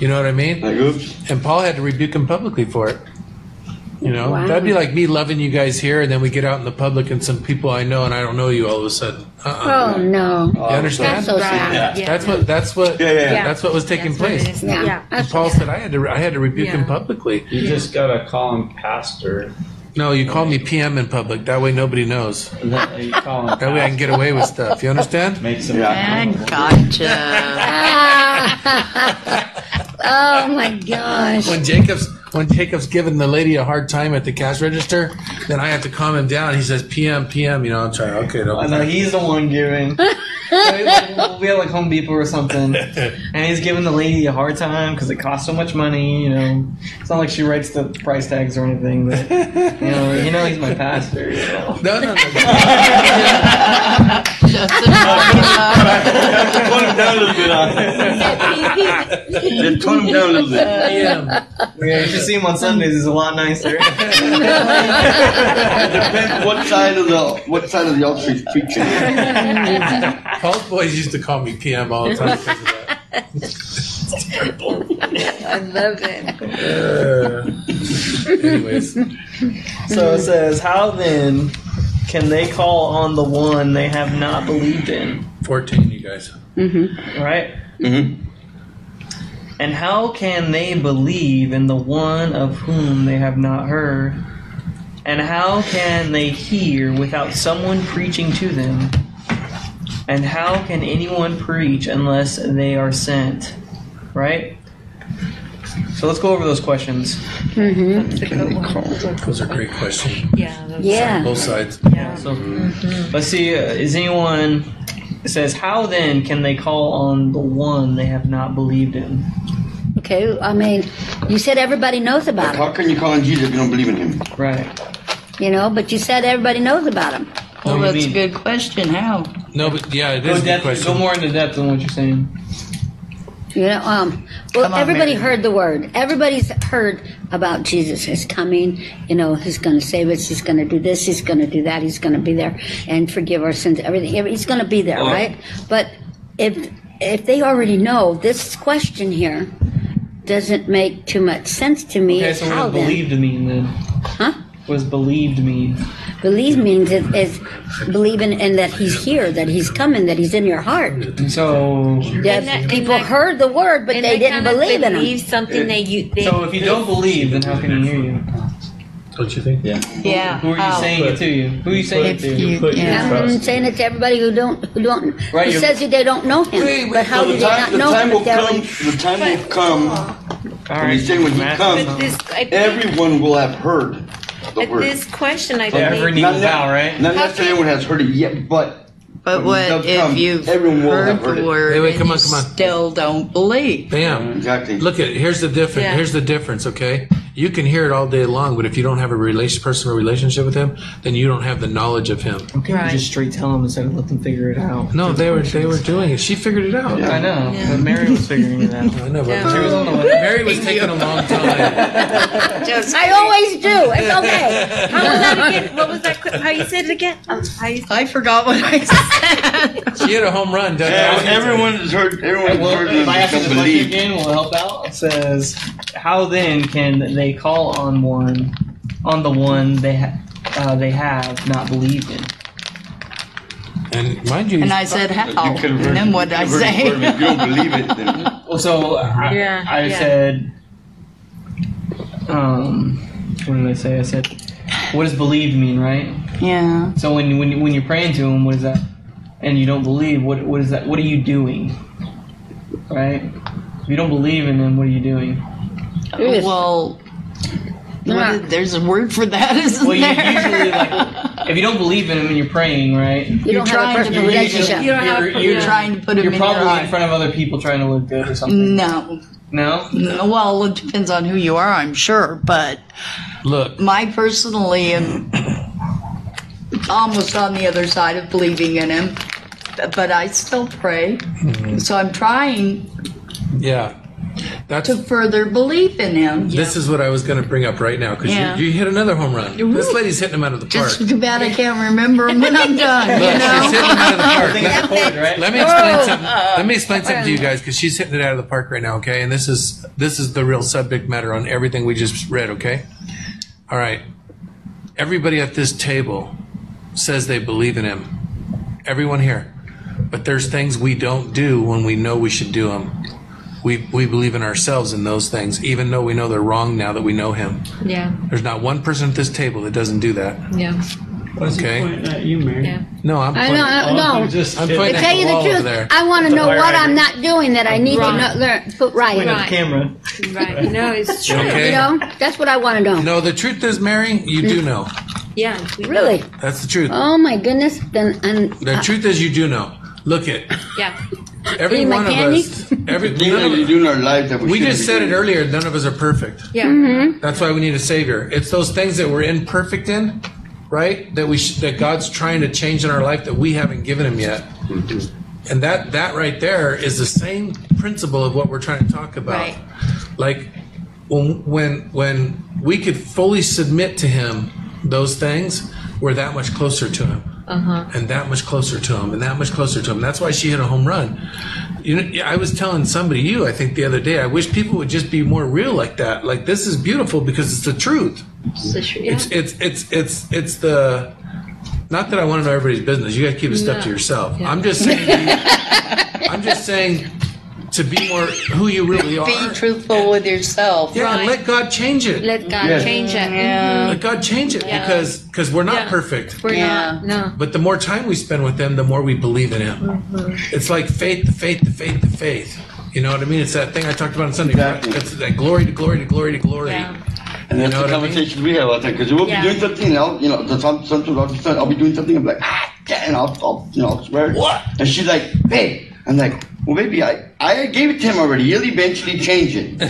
D: you know what I mean?
E: Like, oops.
D: And Paul had to rebuke him publicly for it. You know, that'd be like me loving you guys here, and then we get out in the public, and some people I know and I don't know you all of a sudden. Uh-uh.
G: Oh, no.
D: you understand?
G: That's so sad.
C: Yeah. Yeah.
D: That's what. That's what.
E: Yeah, yeah, yeah.
D: That's what was taking
C: That's what it
D: place.
C: is.
G: Yeah.
C: Yeah.
D: And
G: That's-
D: Paul said, "I had to. I had to rebuke him
C: Yeah.
D: publicly."
H: You just gotta call him pastor.
D: No, you call me PM in public. That way, nobody knows.
H: And then you call [LAUGHS] him
D: That way, I can
H: pastor.
D: get away with stuff. You understand?
H: Makes him.
E: Yeah.
F: I
H: accountable.
F: gotcha.
G: Oh, my gosh.
D: When Jacob's when Jacob's giving the lady a hard time at the cash register, then I have to calm him down. He says, "PM, PM." You know, I'm trying. Okay,
A: I
D: don't.
A: know [LAUGHS] he's the one giving. we'll be at like Home Depot or something, and he's giving the lady a hard time because it costs so much money. You know, it's not like she writes the price tags or anything. But you know, you know he's my pastor. So.
D: No, [LAUGHS] no, no.
F: Justin,
D: Put him down.
E: down a little bit. Just tone him down a little bit.
A: Yeah. yeah, if you see him on Sundays, he's a lot nicer.
E: Depends what side of the what side of the altar he's preaching.
D: Paul's boys used to call me PM all the time.
C: [LAUGHS] I love it.
D: Uh, Anyways.
A: So it says, How then can they call on the one they have not believed in?
D: 14, you guys.
A: Mm-hmm. Right?
E: Mm-hmm.
A: And how can they believe in the one of whom they have not heard? And how can they hear without someone preaching to them? And how can anyone preach unless they are sent? Right? So let's go over those questions.
D: That was a great question.
C: Yeah.
D: Both sides.
A: Yeah. So let's see. Uh, is anyone? It says, how then can they call on the one they have not believed in?
G: Okay, I mean, you said everybody knows about him,
E: How can you call on Jesus if you don't believe in him?
A: Right.
G: you know, but you said everybody knows about him.
F: Well,
A: What do you
F: that's a
A: mean?
F: good question. How?
D: No, but yeah, it
A: Go,
D: is a good
A: depth- go
D: question.
A: more into depth on what you're saying.
G: You know, um, well,
F: Come on,
G: everybody
F: Mary.
G: heard the word. Everybody's heard about Jesus. His coming, you know, he's going to save us. He's going to do this. He's going to do that. He's going to be there and forgive our sins. Everything. every- He's going to be there,
E: Oh.
G: right? But if if they already know this question here, doesn't make too much sense to me.
A: Okay,
G: It's
A: so what
G: how
A: does
G: then?
A: believed mean then?
G: Huh?
A: What does believed mean?
G: Believe means it is believing in that he's here, that he's coming, that he's in your heart.
A: So,
G: Yeah,
C: that- and
G: people
C: that-
G: heard the word, but
C: And
G: they didn't
C: kinda
G: believe in
C: believe
G: him.
C: something they you they
A: so if you don't believe, then how can you hear you?
D: Don't you think?
E: Yeah.
F: Yeah.
A: Who are you
C: Oh.
F: how?
A: saying it to you? Who are you saying it
F: If
A: to?
F: you, yeah.
G: I'm saying it to everybody who don't, who don't,
A: Right,
G: who
A: you-
G: says that they don't know him. But how
E: So
G: do
E: the
G: they
E: time,
G: not
E: the
G: know
E: time
G: him?
E: will
G: if they're
E: come.
G: only-
E: The time will come.
A: All
E: And he's saying when he
A: Matt,
E: comes-
C: but this I think
E: Everyone will have heard the
C: but
E: word.
C: this question I
A: Yeah, every
C: think
A: knee
E: Not
A: will
E: ne-
A: bow, right?
E: Not necessarily everyone has heard it yet, but
F: But
E: When
F: what
E: he does come,
F: if you've
E: everyone will have
F: heard
E: heard it.
F: the word
D: Hey, wait,
F: and
D: come on,
F: you
D: come on.
F: still don't believe?
A: Um,
D: Bam.
E: exactly.
D: Look at here's the difference.
C: Yeah.
D: Here's the difference. Okay, you can hear it all day long, but if you don't have a relation, personal relationship with him, then you don't have the knowledge of him.
A: Okay,
C: Right.
A: just straight tell them instead of let them figure it out.
D: No, they were they were doing it. She figured it out.
A: I know, but Mary was figuring it out.
D: I know. but
C: Yeah.
A: She was on the way.
D: Mary was taking a long time.
F: Just
G: I always do. It's
E: [LAUGHS]
G: okay.
C: how was
D: [LAUGHS]
C: that again? What was that? que- How you said it again? Oh, how you
F: I forgot what I said.
D: She had a home run. Doug.
E: Yeah, everyone has heard. Everyone has
A: Well,
E: heard
A: if
E: it.
A: I
E: and
A: ask you
E: Don't
A: the question
E: believe.
A: again, will help out. It says, "How then can they call on one, on the one they ha- uh, they have not believed in?"
D: And mind you,
F: and I said how.
E: You convert-
F: And then Oh, what did I
E: convert the word.
F: say?
E: If you don't believe
D: [LAUGHS]
E: it, then
A: Well, so I,
C: Yeah,
A: I
C: yeah.
A: said, um, what did I say? I said, "What does believed mean?" Right.
F: yeah.
A: So when when when you're praying to him, what is that? And you don't believe. What what is that? What are you doing? Right. If you don't believe in him, what are you doing?
G: Yes.
F: Well,
G: Yeah.
F: what, there's a word for that, [LAUGHS] isn't
A: Well, you
F: there?
A: usually
F: [LAUGHS]
A: like if you don't believe in him and you're praying, right?
G: You don't have
F: trying to
G: a personal
F: believe it.
C: don't
G: relationship.
C: have
A: You're-
C: to-
A: you're
C: yeah.
F: trying to put him
A: You're
F: in your
A: probably in
F: eye.
A: front of other people trying to look good or something.
F: No.
G: Mm-hmm.
A: No?
F: No, Well, it depends on who you are, I'm sure, but
D: look.
F: my personally am almost on the other side of believing in him, but I still pray. So I'm trying
D: Yeah, that's
F: to further believe in him.
D: This is what I was going to bring up right now because
F: Yeah.
D: you, you hit another home run. This lady's hitting him out of the park.
F: Just too bad I can't remember him when I'm done, you
D: She's
F: know?
D: hitting him out of the park. Uh,
A: I think it's recorded, right?
D: Let me explain something. Let me explain something to you guys because she's hitting it out of the park right now. Okay, and this is this is the real subject matter on everything we just read. Okay, all right. Everybody at this table says they believe in him. Everyone here, but there's things we don't do when we know we should do them. We we believe in ourselves in those things, even though we know they're wrong now that we know him.
C: yeah
D: There's not one person at this table that doesn't do that.
C: yeah
D: Okay.
H: [LAUGHS] Pointing at you, Mary.
C: yeah.
D: No, I'm
G: I
D: pointing,
G: know, I-
H: I'm
G: no.
H: just
D: I'm
H: kidding.
D: pointing
G: To
D: at
G: tell you
D: the
G: the
D: wall over
G: truth,
D: there.
G: I want to know
A: Right,
G: what
A: right.
G: I'm not doing that I need to
C: Right.
G: know, learn, put right.
A: The camera.
C: right [LAUGHS] no it's true
D: Okay.
G: You know, that's what I want to know.
D: No, the truth is, Mary, you do know.
C: yeah we-
G: Really?
D: That's the truth.
G: Oh my goodness. Then and uh,
D: The truth is, you do know. Look at
C: yeah
D: every
G: Eating my
D: one of us. Every
E: things that
D: none
E: you
D: of,
E: do in our life that we,
D: we
E: shouldn't
D: just
E: be
D: said it
E: doing.
D: earlier. None of us are perfect.
C: yeah
G: Mm-hmm.
D: That's why we need a savior. It's those things that we're imperfect in, right? That we sh- that God's trying to change in our life that we haven't given Him yet. And that that right there is the same principle of what we're trying to talk about.
L: Right.
D: Like when when when we could fully submit to him those things, we're that much closer to him
L: Uh huh.
D: and that much closer to him, and that much closer to him. That's why she hit a home run. You know, yeah, I was telling somebody, you, I think the other day, I wish people would just be more real like that. Like this is beautiful because it's the truth. It's it's it's it's it's the. Not that I want to know everybody's business. You got to keep this stuff to
L: No.
D: yourself. I'm just saying. I'm just saying to be more who you really are.
F: Be truthful with yourself.
D: Yeah, and let God change it.
C: Let God
D: Yes.
C: change it.
F: Yeah.
D: Let God change it
C: Yeah.
D: because because we're not
C: Yeah.
D: perfect.
C: We're not. No.
D: But the more time we spend with them, the more we believe in him.
F: Mm-hmm.
D: It's like faith to faith to faith to faith. You know what I mean? It's that thing I talked about on Sunday. It's that glory to glory to glory to glory.
E: And that's
D: You know what
E: the
D: I mean?
E: conversation we have, I think, because we'll
C: Yeah.
E: be doing something, and I'll, you know, the- some, sometimes I'll, be saying- I'll be doing something, I'm like, ah, damn, I'll, I'll, you know, I'll swear. What? And she's like, hey, I'm like, well, maybe I, I gave it to him already. He'll eventually change
D: [LAUGHS]
E: it.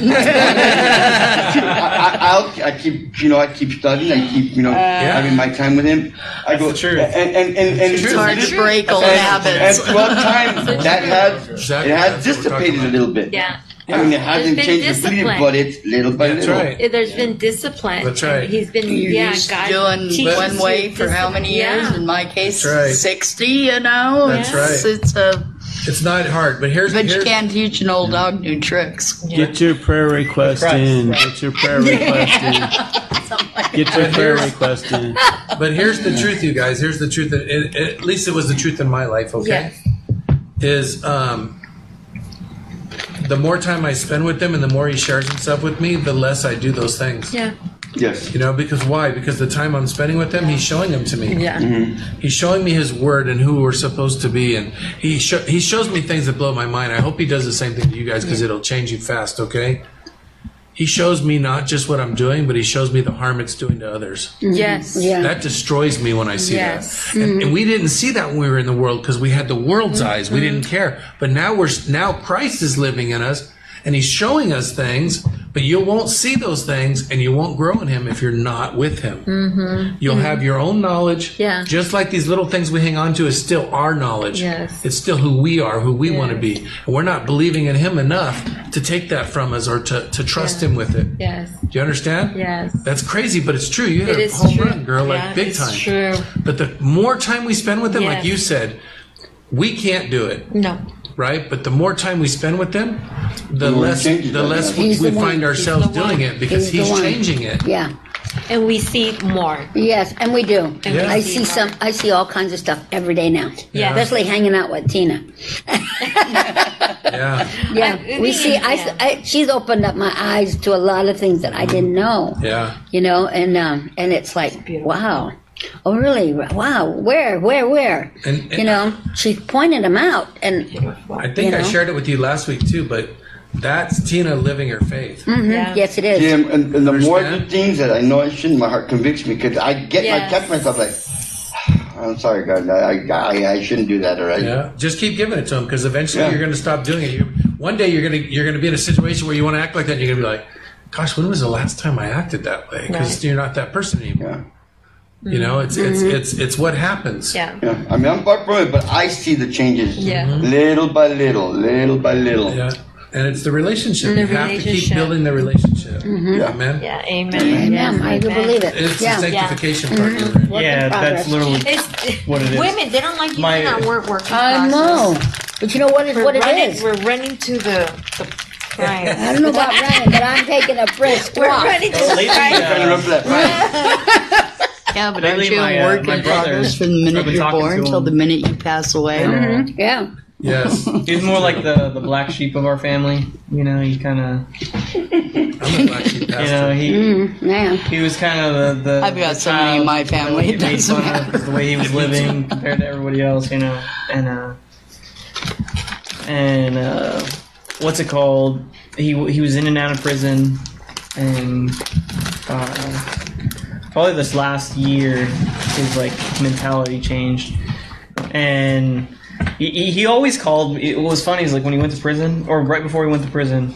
E: I, I, I'll, I keep, you know, I keep studying, I keep, you know,
F: Uh,
E: having my time with him. I go, and and and, and
F: It's the truth. Hard to break old
E: and,
F: habits.
E: And
C: [LAUGHS]
E: throughout time, that has it has dissipated a little bit.
C: Yeah.
E: I mean, it
C: There's
E: hasn't
C: been
E: changed completely,
C: discipline.
E: but it's little by
C: That's
E: little.
C: right. There's been discipline.
E: That's right.
C: And He's been
F: You're
C: yeah,
F: used to
C: God
F: doing
C: teaches
F: one
C: you
F: way for how many
C: discipline.
F: years?
C: Yeah.
F: In my case,
D: That's right.
F: sixty. You know,
D: That's
F: it's,
D: right.
F: It's a
D: It's not hard, but here's
F: but you
D: here's-
F: can't teach an old dog new tricks.
H: Get your prayer request in. Get your prayer request in. Get your prayer request in.
D: But here's the truth, you guys. Here's the truth. That it, at least it was the truth in my life. Okay, is um, the more time I spend with them and the more he shares himself with me, the less I do those things.
C: Yeah.
E: Yes.
D: You know, because why? Because the time I'm spending with him, he's showing them to me.
C: Yeah.
G: Mm-hmm.
D: He's showing me his word and who we're supposed to be, and he sho- he shows me things that blow my mind. I hope he does the same thing to you guys because it'll change you fast. Okay. He shows me not just what I'm doing, but he shows me the harm it's doing to others.
C: Yes.
G: Mm-hmm.
D: That destroys me when I see
C: Yes. Mm-hmm.
D: that. And, and we didn't see that when we were in the world because we had the world's eyes. We
C: Mm-hmm.
D: didn't care. But now we're now Christ is living in us and he's showing us things, but you won't see those things and you won't grow in him if you're not with him.
C: Mm-hmm.
D: You'll have your own knowledge.
C: Yeah.
D: Just like these little things we hang on to is still our knowledge.
C: Yes.
D: It's still who we are, who we want to be. And we're not believing in him enough to take that from us or to, to trust him with it.
C: Yes.
D: Do you understand?
C: Yes.
D: That's crazy, but it's true. You hit
C: It
D: a
C: is
D: home
C: true.
D: run, girl,
C: Yeah,
D: like big
C: it's
D: time.
C: true.
D: But the more time we spend with them, like
C: Yes.
D: you said, we can't do it,
C: No.
D: right? But the more time we spend with them, the
E: The more
D: less
E: changes
D: the
E: that
D: less
E: happen.
D: we,
E: He's
D: we
E: the one.
D: find
E: He's
D: ourselves
E: the one.
D: doing it because
G: He's
D: he's,
G: the one.
D: changing
G: [LAUGHS]
D: it.
G: Yeah.
C: And we see more.
G: Yes, and we do.
C: And we
G: I
C: see
G: see some. I see all kinds of stuff every day now.
C: Yeah.
G: Especially hanging out with Tina.
D: Yeah.
G: Yeah. We see. I, s- I- She's opened up my eyes to a lot of things that I didn't know.
D: Yeah.
G: You know, and um, and it's like, wow. Oh, really? Wow. Where? Where? Where?
D: And-
G: you know, she pointed them out, and
D: I think
G: you
D: I
G: know?
D: shared it with you last week too, but that's Tina living her faith.
G: Mhm. Yes, it is.
E: Yeah, and, and the more the things that I know I shouldn't, my heart convicts me because I get
G: Yes.
E: my catch myself like, [SIGHS] I'm sorry, God, I, I, I shouldn't do that, all right?
D: Yeah. Just keep giving it to him because eventually
E: Yeah.
D: you're going to stop doing it. You, one day you're going to you're going to be in a situation where you want to act like that. and You're going to be like, "Gosh, when was the last time I acted that way?" Because
E: Right.
D: you're not that person anymore. You know, it's it's
E: Mhm.
D: it's it's what happens.
C: Yeah.
E: Yeah, I mean, I'm far from it, but I see the changes
C: Yeah. Mm-hmm.
E: little by little, little by little.
D: Yeah. And it's the relationship.
C: The
D: you have to keep
C: relationship.
D: building the relationship.
E: Yeah.
D: Amen.
C: Yeah. Amen.
D: Amen.
C: Yes,
G: I do
C: amen.
G: believe it.
D: It's
G: yeah.
D: the sanctification
G: Yeah.
D: part.
G: Mhm.
D: isn't it?
G: Work in progress.
C: It's,
D: what it is.
C: Women, they don't like using
D: My-
C: that word working
G: I
C: process.
G: know, but you know what? It,
C: We're
G: what it
C: running,
G: is?
C: We're running to the, the prize.
G: [LAUGHS] I don't know about running, but I'm taking a brisk
C: We're
G: walk.
C: running to the
A: Lately,
C: prize.
F: Yeah, but
A: Lately
F: aren't you
A: my,
F: a
A: uh,
F: work
A: my
F: in
A: brother
F: progress from the
A: I've
F: minute
A: been
F: you're
A: talking to
F: born till
A: him.
F: the minute you pass away?
A: Mhm,
G: Yeah.
D: Yes.
A: He's more like the, the black sheep of our family. You know, he kind of.
D: You
A: know, he
G: Mm-hmm.
A: he was kind of the, the.
F: I've got
A: the
F: so many
A: child,
F: in my family,
A: You
F: it
A: know, he made
F: doesn't
A: fun of 'cause the way he was
F: [LAUGHS]
A: living compared to everybody else, you know, and uh, and uh, what's it called? He he was in and out of prison, and uh, probably this last year, his like mentality changed, and he- he, he always called. It was funny is like when he went to prison, or right before he went to prison,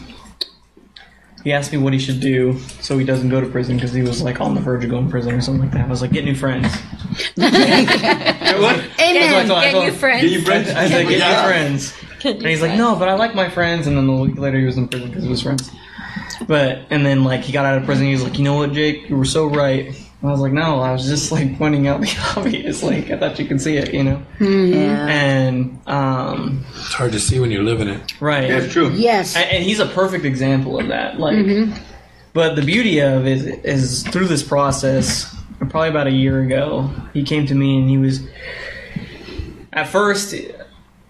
A: He asked me what he should do so he doesn't go to prison because he was like on the verge of going to prison or something like that. I was like, get new friends. [LAUGHS] what?
C: Amen.
A: That's what I
C: Get
A: told
C: new
A: him.
C: friends.
A: I was like, get new friends.
C: Get
A: And
C: new
A: he's like,
C: friends.
A: no, but I like my friends. And then a week later, he was in prison because of his friends. But and then like he got out of prison. He was like, you know what, Jake, you were so right. And I was like, no, I was just like pointing out [LAUGHS] the obvious. Like I thought you could see it, you know. And um,
M: It's hard to see when you're living it.
A: right,
M: That's true.
G: Yes.
A: and, and he's a perfect example of that. Like, but the beauty of it is through this process, probably about a year ago, he came to me and he was at first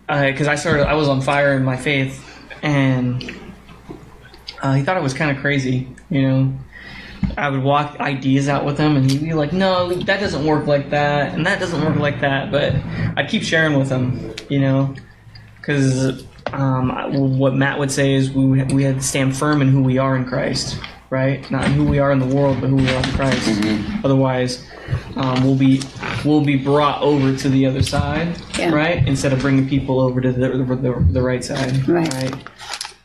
A: because I started I was on fire in my faith and uh, he thought I was kind of crazy, you know. I would walk ideas out with him, and he'd be like, "No, that doesn't work like that, and that doesn't work like that." But I keep sharing with him, you know, because um, I- what Matt would say is we we had to stand firm in who we are in Christ, right? Not in who we are in the world, but who we are in Christ. Otherwise, um, we'll be we'll be brought over to the other side,
G: Yeah.
A: right? Instead of bringing people over to the the, the, the right side,
G: Right.
A: right?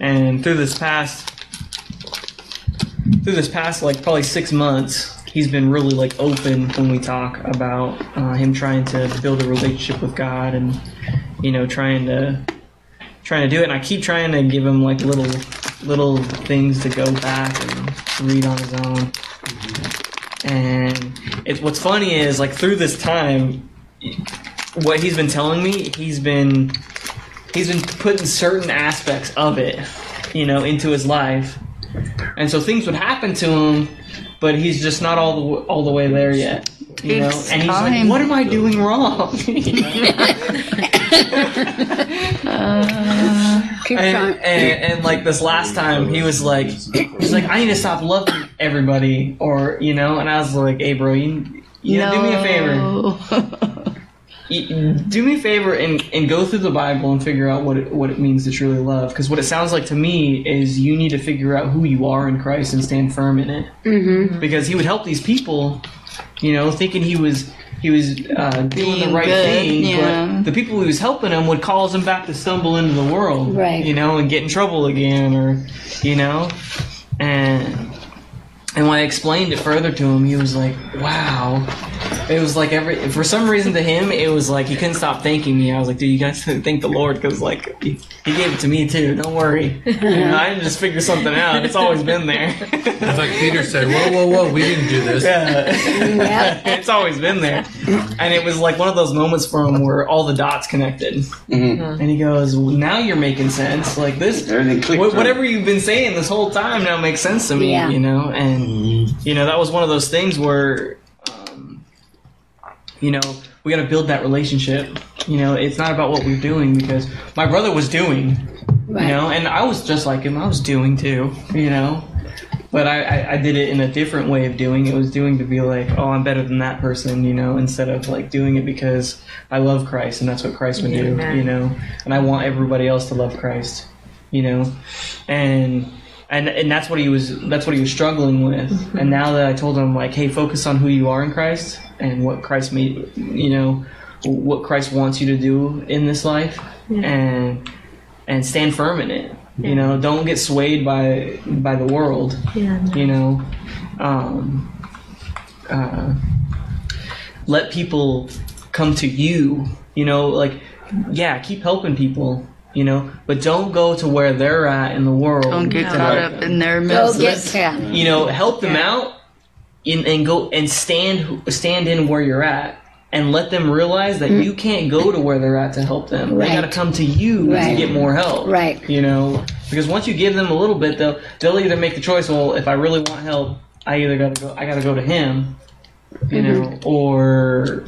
A: And through this past through this past like probably six months he's been really like open when we talk about uh, him trying to build a relationship with god and you know trying to trying to do it and i keep trying to give him like little little things to go back and read on his own and it's what's funny is like through this time what he's been telling me he's been he's been putting certain aspects of it you know into his life and so things would happen to him, but he's just not all the all the way there yet. You know,
F: Takes
A: and he's
F: time.
A: like, "What am I doing wrong?" [LAUGHS]
G: Keep
A: and, and,
G: trying.
A: and like this last time, he was like, "He's like, I need to stop loving everybody," or you know, and I was like, "Hey, bro, you, you know, do me a favor, You- do me a favor, and and go through the Bible and figure out what it, what it means to truly love." Because what it sounds like to me is you need to figure out who you are in Christ and stand firm in it.
G: Mm-hmm.
A: because he would help these people, you know, thinking he was he was uh, doing the
F: Being
A: right
F: good,
A: thing.
F: yeah.
A: But the people he was helping him would cause him back to stumble into the world,
G: Right.
A: You know, and get in trouble again, or you know, and and when I explained it further to him, he was like, "Wow." It was like every for some reason to him it was like he couldn't stop thanking me. I was like, dude, you guys [LAUGHS] thank the Lord because like he, he gave it to me too. Don't
F: [LAUGHS]
A: worry, you know, I didn't just figure something out. It's always been there.
M: It's
A: [LAUGHS]
M: like Peter said, whoa, whoa, whoa, we didn't do this.
A: Yeah. it's always been there. And it was like one of those moments for him where all the dots connected.
E: Mm-hmm.
A: And he goes, well, now you're making sense. Like this,
E: Everything clicked.
A: wh- whatever you've been saying this whole time now makes sense to me,
G: Yeah.
A: you know? And, you know, that was one of those things where, um, you know, we got to build that relationship. You know, it's not about what we're doing because my brother was doing you know and i was just like him i was doing too you know but I, I, I did it in a different way of doing it was doing to be like oh i'm better than that person you know instead of like doing it because i love christ and that's what christ would do
C: Amen.
A: you know and i want everybody else to love christ you know and and and that's what he was that's what he was struggling with and now that i told him like hey focus on who you are in christ and what christ made you know what christ wants you to do in this life and and stand firm in it you know don't get swayed by by the world
C: Yeah.
A: you know um, uh, let people come to you you know like yeah keep helping people you know but don't go to where they're at in the world
F: [LAUGHS] Don't get caught up in their
G: Go get
F: messes.
G: yeah.
A: you know help them out in, and go and stand stand in where you're at and let them realize
F: Mm.
A: that you can't go to where they're at to help them they got to
G: Right.
A: come to you to
G: Right.
A: get more help
G: Right.
A: you know because once you give them a little bit they'll they'll either make the choice well if i really want help i either gotta go i gotta go to him you know or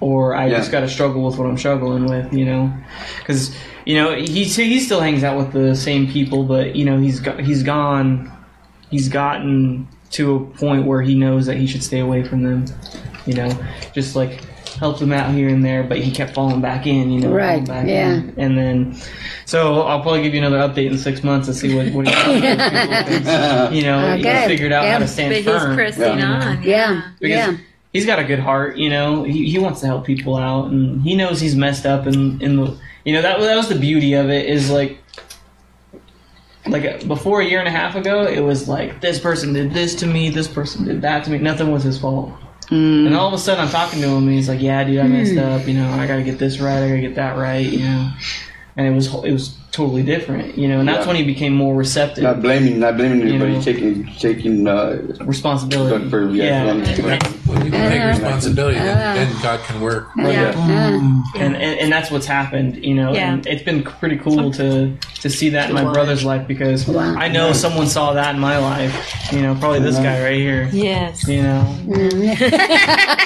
A: or i
E: Yeah.
A: just gotta struggle with what i'm struggling with you know because you know he he still hangs out with the same people but you know he's go, he's gone he's gotten to a point where he knows that he should stay away from them you know just like helped him out here and there but he kept falling back in you know falling
G: Right,
A: back in.
G: yeah.
A: and then so i'll probably give you another update in six months and see what, what
G: [LAUGHS]
A: he
E: [LAUGHS]
A: you know
G: Okay,
A: he figured out
G: yeah.
A: how to
C: But
A: stand
C: he's
A: firm
C: pressing
E: Yeah.
C: on.
G: Yeah.
A: because
G: Yeah.
A: he's got a good heart, you know. He, he wants to help people out, and he knows he's messed up, and in the you know that that was the beauty of it is like like before a year and a half ago, it was like this person did this to me, this person did that to me. Nothing was his fault.
F: Mm.
A: And all of a sudden, I'm talking to him, and he's like, "Yeah, dude, I messed
N: Hmm.
A: up. You know, I got to get this right. I got to get that right. You know." And it was it was totally different. You know, and that's
E: Yeah.
A: when he became more receptive.
E: Not blaming, not blaming
A: You
E: anybody,
A: know.
E: taking taking uh,
A: responsibility.
E: For,
A: Yeah.
E: yeah,
O: When you take responsibility, then, then God can work.
A: um, And, and and that's what's happened, you know.
O: Yeah.
A: And it's been pretty cool to to see that in my
O: Wow.
A: brother's life because I know someone saw that in my life. You know, probably this guy right here.
C: Yes.
A: You know,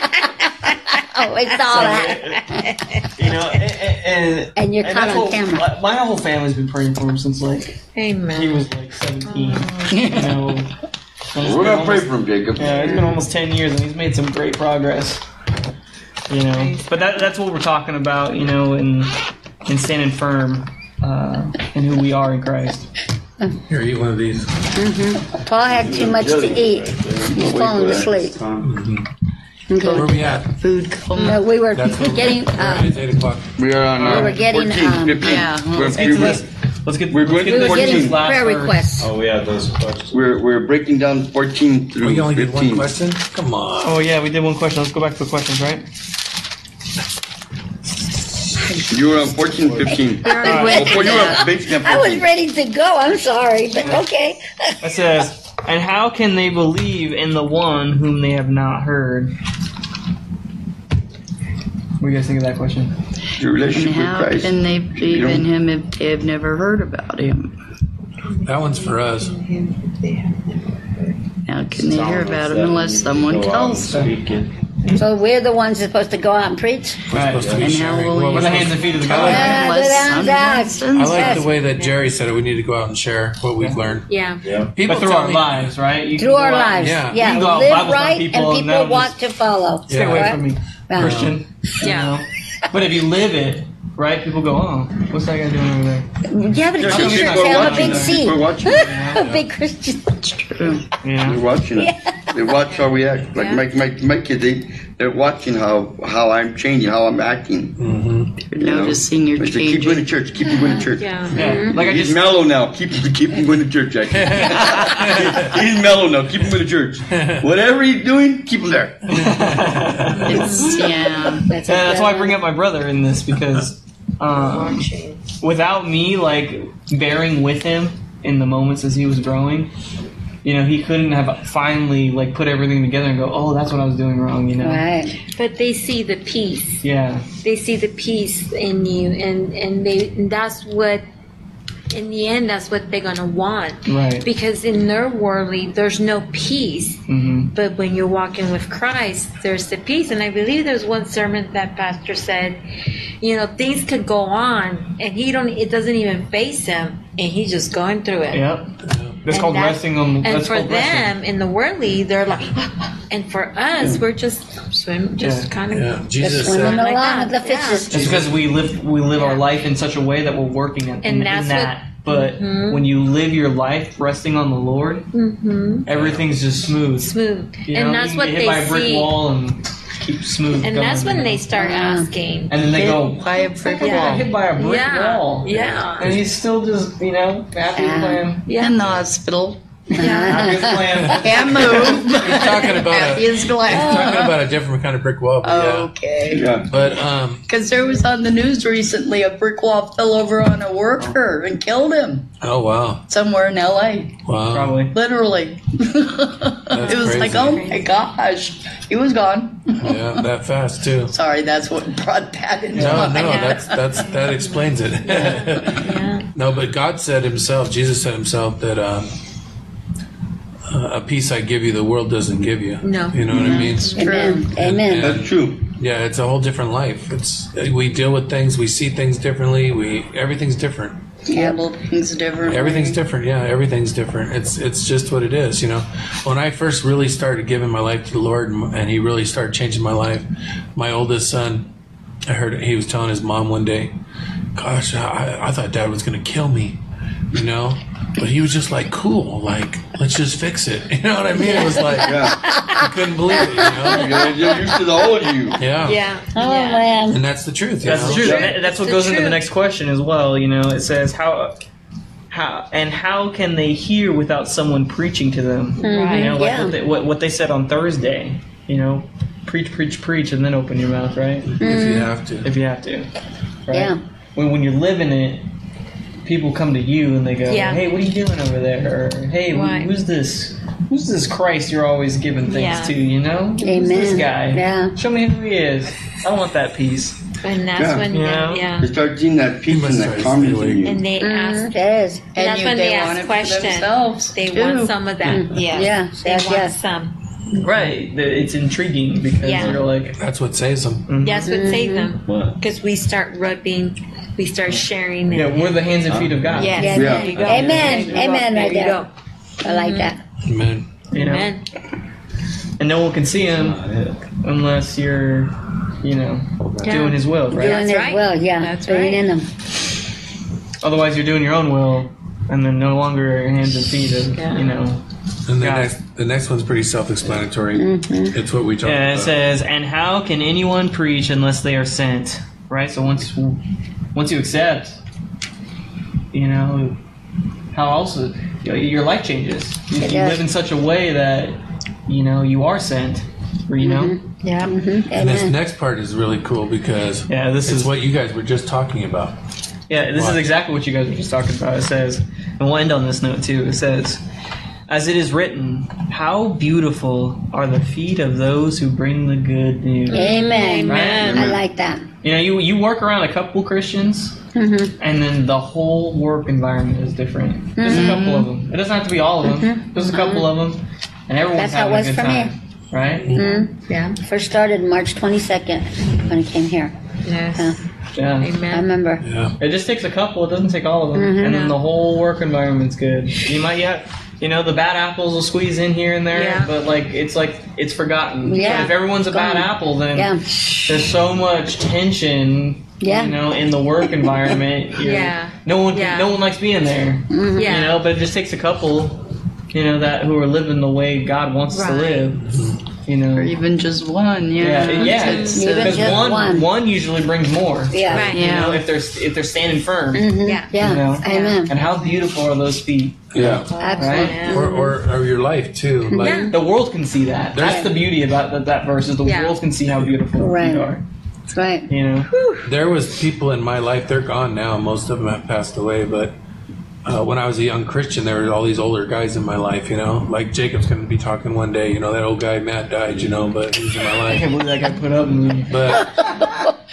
G: oh, it's [LAUGHS] all that.
A: you know, and and,
G: And you're
A: and
G: caught
A: that's
G: on
A: what-
G: camera.
A: my- My whole family's been praying for him since like
C: Amen.
A: he was like 17. you
G: [LAUGHS]
A: know, And it's
E: We're
A: been
E: gonna pray
A: almost-
E: for him, Jacob.
A: Yeah, it's been almost 10 years and he's made some great progress. You know, but that, that's what we're talking about, you know, and, and standing firm uh, in who we are in Christ.
D: Here, eat one of these.
G: hmm Paul had too much to eat. He's falling asleep.
D: Mm-hmm. Where we at?
G: Food No, we were getting. Uh,
D: It's eight o'clock.
E: We are on.
G: We
E: Uh,
G: were getting,
E: 14,
G: um,
E: 15.
G: yeah.
E: We're,
G: Let's get to this.
A: Let's get.
E: We're going
G: we
E: to
G: were
E: 14.
G: getting prayer requests.
E: Oh, yeah, those questions. We're we're breaking down 14 through.
A: We only did
E: 15.
A: one
D: question. Come on.
A: Oh, yeah, we did one question. Let's go back to the questions, right?
E: You were on 14,
G: [LAUGHS]
E: 15.
G: You're on
E: Well,
G: with-
E: you were on basically on
G: I
E: 14.
G: was ready to go. I'm sorry, but
A: [LAUGHS]
G: okay.
A: It says, and how can they believe in the one whom they have not heard? What do you guys think of that question?
E: Your
F: And how can they believe in him if they've never heard about him?
D: That one's for us.
F: How can they hear about him unless someone tells them?
G: So we're the ones that's supposed to go out and preach.
D: supposed to be
F: And how
D: sharing.
F: will
D: Well,
F: you
D: we're
F: know
D: supposed-
A: and feet of the
D: I like-
G: Yeah, go down,
F: Unless
D: I
G: down.
D: like the way that Jerry said it. We need to go out and share what we've learned.
G: Yeah.
D: People
A: But through
D: tell
A: our
D: me-
A: lives, right? You can
G: Through
A: go out-
G: our lives. Yeah.
A: You can go out
G: Live
A: Bible study
G: right
A: people
G: and people
A: that'll
G: want to follow.
A: Stay away
G: Correct?
A: from me,
G: Yeah.
A: Christian.
C: Yeah.
A: But if you live it, right, people go, oh, what's that guy doing over there?
G: Yeah, but
A: Yeah,
G: you
A: people
G: sure
A: are
G: tell a
A: watching
G: big
A: us.
G: C.
A: We're
E: watching.
G: [LAUGHS] A big Christian.
A: Yeah.
E: They're watching it. They watch how we act. Like
G: Yeah.
E: my, my, my kids, they, they're watching how, how I'm changing, how I'm acting. Mm-hmm. They're
F: noticing you're
E: changing. Keep going to church. Keep going to church.
C: Yeah.
A: Like I
E: He's
A: just-
E: mellow now. Keep keep him going to
A: [LAUGHS]
E: church, Jackie. He's mellow now. Keep him going to church. Whatever he's doing, keep him there.
D: [LAUGHS]
F: yeah.
G: That's,
A: Yeah, that's why I bring up my brother in this
C: [LAUGHS]
A: because um, without me like bearing with him in the moments as he was growing, you know, he couldn't have finally like put everything together and go, oh, that's what I was doing wrong, you know.
C: But they see the peace.
A: Yeah.
C: They see the peace in you, and and they and that's what. In the end, that's what they're gonna want.
A: Right.
C: Because in their worldly, there's no peace.
A: Mm-hmm.
C: But when you're walking with Christ, there's the peace. And I believe there's one sermon that pastor said, you know, things could go on and he don't it doesn't even face him and he's just going through it.
A: Yep. That's
C: And
A: called
C: that-
A: resting on.
C: And
A: that's
C: for
A: called
C: them in the worldly, they're like [LAUGHS] and for us we're just swim just
A: Yeah.
C: kind of
A: Yeah. Jesus
C: just swimming
A: said-
C: like
G: Along
C: that.
G: with the fishes.
A: Just because we live we live our life in such a way that we're working in, in,
C: And that's
A: in
C: what-
A: that. but
C: Mhm.
A: when you live your life resting on the Lord, Mm-hmm.
C: hmm
A: everything's just smooth.
C: Smooth.
A: You
C: and
A: know,
C: that's
A: you can
C: what
A: get
C: they
A: hit by a brick
C: see.
A: wall and keep smooth.
C: and
A: going,
C: that's
A: you
C: when
A: know?
C: they start asking.
A: And then they go
F: by a brick
A: "Fuck, I got
F: wall."
A: hit by a brick
C: Yeah,
A: wall.
C: yeah.
A: And he's still just you know happy as clam.
F: In the hospital.
A: Happy
C: [LAUGHS]
A: as clam.
F: Can't move.
D: You're talking
F: [LAUGHS]
D: about
F: Happy
D: a,
F: as glass.
D: talking about a different kind of brick wall. But yeah.
C: Oh.
F: Okay.
D: But um,
F: Because there was on the news recently a brick wall fell over on a worker and killed him
D: oh wow,
F: somewhere in LA.
D: wow.
A: Probably.
F: Literally. [LAUGHS] it was
D: crazy.
F: like, oh my gosh. He was gone.
D: Yeah, that fast too.
F: Sorry, that's what brought that into
D: No,
F: my
D: no, that's that's that explains it. [LAUGHS] no, but God said Himself, Jesus said Himself that um, uh, a peace I give you, the world doesn't give you.
C: No.
D: you know what I mean.
G: Amen. Amen.
D: That's
E: true.
D: Yeah, it's a whole different life. It's we deal with things, we see things differently. We everything's different.
F: Handle things different.
D: Everything's different. Yeah, everything's different. It's it's just what it is. You know, when I first really started giving my life to the Lord, and, and He really started changing my life, my oldest son, I heard he was telling his mom one day, "Gosh, I, I thought Dad was gonna kill me," you know, but he was just like cool, like let's just fix it. [LAUGHS] You know what I mean? It was like I couldn't believe it. You know,
E: you're used to the old you.
D: Yeah,
C: Yeah.
G: Oh
C: yeah.
G: man.
D: and that's the truth. you
A: That's
D: know?
A: the truth. And that- that's what
C: the
A: goes into
C: truth.
A: the next question as well. You know, it says how how and how can they hear without someone preaching to them?
P: Right.
A: You know, like
P: Yeah.
A: what, they, what, what they said on Thursday. You know, preach, preach, preach, and then open your mouth, right?
G: If you
Q: have to.
A: If you have to. Right?
G: Yeah.
A: When when you're living it, people come to you and they go,
C: Yeah.
A: "Hey, what are you doing over there?" Or, "Hey, wh-
C: Right.
A: who's this?" Who's this Christ you're always giving things
C: Yeah.
A: to, you know? Who's this
G: Amen.
A: guy?
G: Yeah.
A: Show me who he is. I want that piece.
C: And that's
A: Yeah.
C: when,
A: Yeah.
C: They, yeah.
E: You start seeing that peace and that calmness in you.
C: And they
G: Mm-hmm.
C: ask.
G: Yes. And
C: that's
G: you-
C: when
G: they
C: they,
G: want
C: ask
G: it for
C: questions. They want
G: too.
C: some of that.
G: Mm.
C: Yeah.
G: Yeah,
C: They
G: yes,
C: want
G: yes.
C: some.
A: Right. that It's intriguing because
C: Yeah.
A: you're like
D: That's what saves them.
C: That's what saved them.
G: Mm-hmm.
H: What?
C: Because we start rubbing, we start sharing.
A: Yeah, we're the hands and feet of God.
C: Yes.
G: Yeah.
C: There you go.
G: Amen.
C: There you go.
G: Amen. Right
C: you
G: there. I like that.
D: Amen.
A: You know?
C: Amen.
A: And no one can see him unless you're, you know,
G: Yeah.
A: doing his will, Mm-hmm. right?
G: Doing it well, yeah. Putting in them.
A: Otherwise, you're doing your own will, and then no longer your hands and feet of, you know.
D: And the next, the next one's pretty self-explanatory.
G: Mm-hmm.
D: It's what we talked
A: Yeah, Uh, it
D: about.
A: says, and how can anyone preach unless they are sent? Right. So once, once you accept, you know, how else is- you know, your life changes. You,
G: It
A: you
G: does.
A: live in such a way that, you know, you are sent. Or, you know.
G: Yeah. Mm-hmm.
D: and this
G: Amen.
D: next part is really cool because
A: yeah, this
D: is what you guys were just talking about.
A: Yeah, this is
D: Right.
A: exactly what you guys were just talking about. It says, and we'll end on this note too. It says, as it is written, how beautiful are the feet of those who bring the good news.
G: Amen.
A: Right?
G: I like that.
A: You know, you you work around a couple Christians,
G: Mm-hmm.
A: and then the whole work environment is different. There's
G: Mm-hmm.
A: a couple of them. It doesn't have to be all of them. There's a couple of them, and everyone's
G: That's how it
A: having
G: was
A: a good
G: for me.
A: time, right?
G: Mm-hmm. Yeah. First started March 22nd when I came here.
C: Yes.
A: Yeah.
G: I remember.
A: It just takes a couple. It doesn't take all of them,
G: Mhm.
A: and then the whole work environment's good. You might yet, you know, the bad apples will squeeze in here and there,
G: Yeah.
A: but like it's like it's forgotten. But
G: Yeah.
A: if everyone's a bad
G: Gone.
A: apple, then
G: Yeah.
A: there's so much tension.
G: Yeah.
A: You know, in the work
G: [LAUGHS]
A: environment. You're-
C: Yeah.
A: No one,
C: Yeah.
A: no one likes being there.
C: Mhm. Yeah.
A: You know, but it just takes a couple. You know that who are living the way God wants us to
F: Right.
A: live. You know.
F: Or even just one, yeah.
A: Yeah, yeah.
F: It's-
A: Because
F: it's-
A: one, one usually brings more.
F: Yeah. Right.
A: You know,
F: Yeah.
A: if they're if they're standing firm.
G: Yeah.
A: You know?
G: Amen.
A: And how beautiful are those feet?
D: Yeah.
G: Absolutely.
D: Or, or, or your life too. Like
G: Yeah.
A: The world can see that. That's the beauty about that, that verse is the
G: Yeah.
A: world can see how beautiful
G: Right.
A: you are.
G: That's right.
A: You know.
D: there was people in my life. They're gone now. Most of them have passed away. But uh, when I was a young Christian, there were all these older guys in my life. You know, like Jacob's going to be talking one day. You know, that old guy Matt died. You know, but he's in my
A: I
D: life.
A: can't believe that got put up. and-
D: But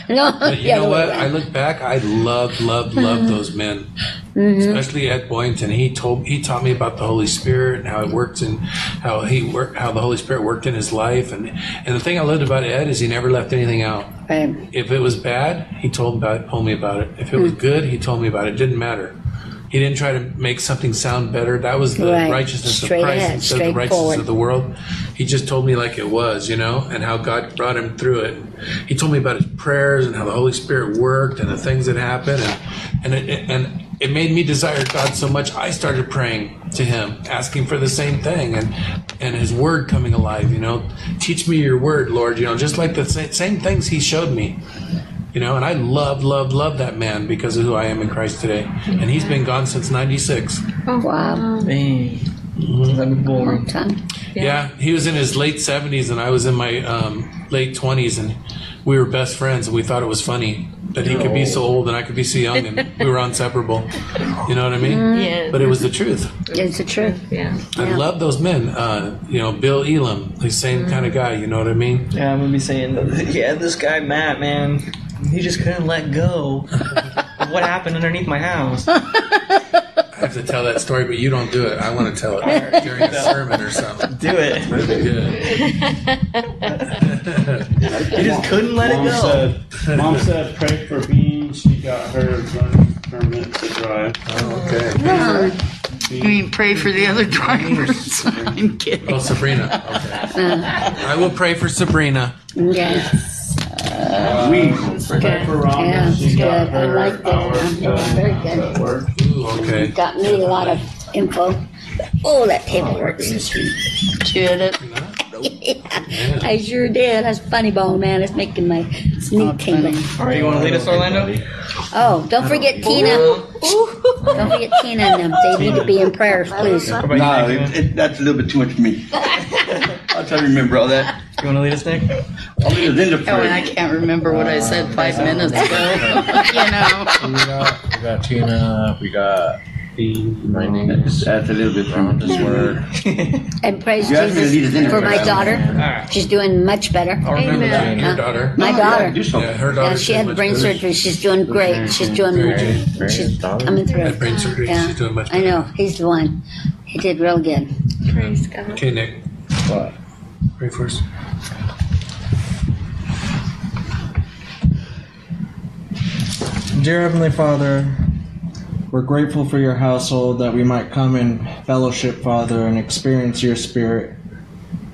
G: No.
D: But you
G: [LAUGHS] yeah,
D: know
G: the
D: what?
G: way Mm-hmm.
D: I
G: around.
D: look back. I loved, loved, loved those men,
G: Mm-hmm.
D: especially Ed Boynton. He told, he taught me about the Holy Spirit and how it worked and how he worked, how the Holy Spirit worked in his life. And and the thing I loved about Ed is he never left anything out.
G: Right.
D: If it was bad, he told about told me about it. If it
G: Mm-hmm.
D: was good, he told me about it. It didn't matter. He didn't try to make something sound better. That was the
G: Right.
D: righteousness
G: Straight
D: of Christ
G: ahead,
D: instead of the
G: straight
D: righteousness
G: forward.
D: of the world. He just told me like it was, you know, and how God brought him through it. He told me about his prayers and how the Holy Spirit worked and the things that happened, and and it, and it made me desire God so much. I started praying to Him, asking for the same thing, and and His Word coming alive. You know, teach me Your Word, Lord. You know, just like the sa- same things He showed me. You know, and I love, love, love that man because of who I am in Christ today. And he's been gone since '96.
A: Um,
G: Wow.
A: Dang. That'd be boring.
G: Time.
D: Yeah. he was in his late 70s, and I was in my um, late 20s, and we were best friends, and we thought it was funny that he could be so old and I could be so young, and we were unseparable. You know what I mean?
C: Yes.
D: But it was the truth.
G: It's the truth.
C: Mm-hmm. Yeah.
D: I love those men. Uh, you know, Bill Elam, the same kind of guy. You know what I mean?
A: Yeah, I'm gonna be saying, yeah, this guy Matt, man, he just couldn't let go. of what happened underneath my house?
D: I have to tell that story, but you don't do it. I want to tell it during a sermon or something.
A: Do it.
D: That'd be good.
A: You just couldn't let it
H: Mom
A: go.
H: Said, Mom said, pray for Bean. She got her learner's permit to drive.
D: Oh, okay.
F: You mean pray for the other
D: [LAUGHS]
F: drivers? I'm kidding.
D: Oh, Sabrina. Okay. I will pray for Sabrina.
G: Yes.
E: We
H: Pray for Rhonda.
G: Yeah,
H: she got
G: good. I
H: her
G: like that.
H: hours done
G: Very good.
H: at uh, work.
D: Ooh, okay.
G: Got [LAUGHS] me a lot of info. Oh, that table works.
F: Get it?
G: I sure did. That's funny bone, man. It's making my sneak tingle.
A: All right, you want to lead us, Orlando?
G: Oh, don't forget Tina. Don't forget Tina and them. They need to be in prayers, please.
E: No, it, it, that's a little bit too much for me. I'll try to remember all that.
A: You want to lead us, Nick?
E: I'll lead us into
F: Oh, and I
E: prayer.
F: can't remember what I said five minutes ago. [LAUGHS] you know.
D: Tina, we got Tina, we got my name is.
E: That's a little bit
D: Ron this word.
G: And praise
D: You asked me to lead us in
G: Jesus for
D: prayer.
G: my daughter.
D: Alright.
G: She's doing much better.
D: I'll remember that. And your
G: Huh?
D: daughter?
G: My
D: No, yeah,
G: daughter.
D: do something. Yeah, her
G: Yeah,
D: daughter's
G: she
D: doing
G: had
D: much
G: brain
D: better.
G: surgery. She's doing great. She's doing. She's coming through.
R: Had brain surgery.
G: Yeah.
R: She's doing much
G: I know. He's the one. He did real good.
J: Praise God.
R: Okay, Nick.
D: What?
R: Pray first.
A: Dear Heavenly Father, we're grateful for your household that we might come in fellowship, Father, and experience your spirit.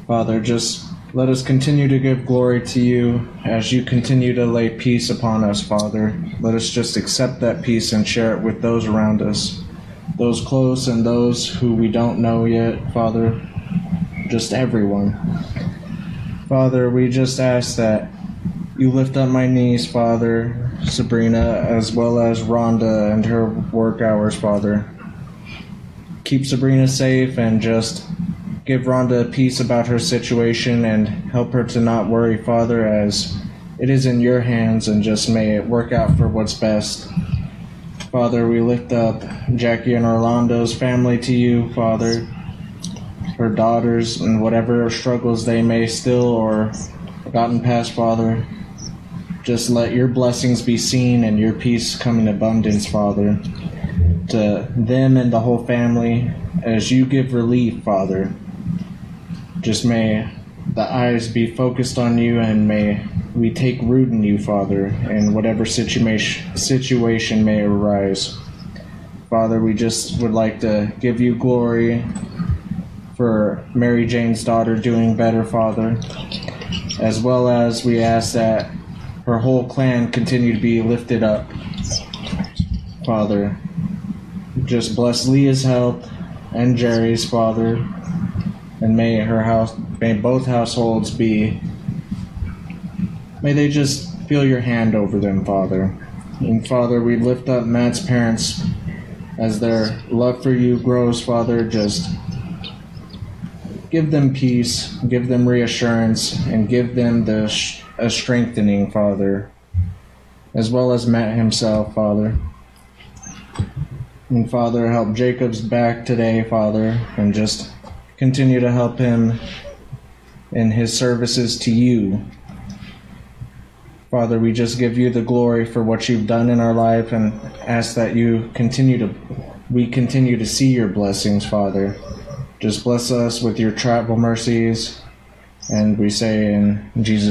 A: Father, just let us continue to give glory to you as you continue to lay peace upon us, Father. Let us just accept that peace and share it with those around us, those close and those who we don't know yet, Father, just everyone. Father, we just ask that you lift up my niece, Father, Sabrina, as well as Rhonda and her work hours, Father. Keep Sabrina safe and just give Rhonda a peace about her situation and help her to not worry, Father, as it is in your hands and just may it work out for what's best. Father, we lift up Jackie and Orlando's family to you, Father, her daughters, and whatever struggles they may still or gotten past, Father. Just let your blessings be seen and your peace come in abundance, Father, to them and the whole family as you give relief, Father. Just may the eyes be focused on you and may we take root in you, Father, in whatever situation situation may arise. Father, we just would like to give you glory for Mary Jane's daughter doing better, Father, as well as we ask that her whole clan continue to be lifted up, Father. Just bless Leah's health and Jerry's, Father, and may her house, may both households be, may they just feel your hand over them, Father. And Father, we lift up Matt's parents as their love for you grows, Father. Just give them peace, give them reassurance, and give them the sh- a strengthening, Father, as well as Matt himself, Father. And Father, help Jacob's back today, Father, and just continue to help him in his services to you. Father, we just give you the glory for what you've done in our life and ask that you continue to we continue to see your blessings, Father. Just bless us with your tribal mercies. And we say in Jesus'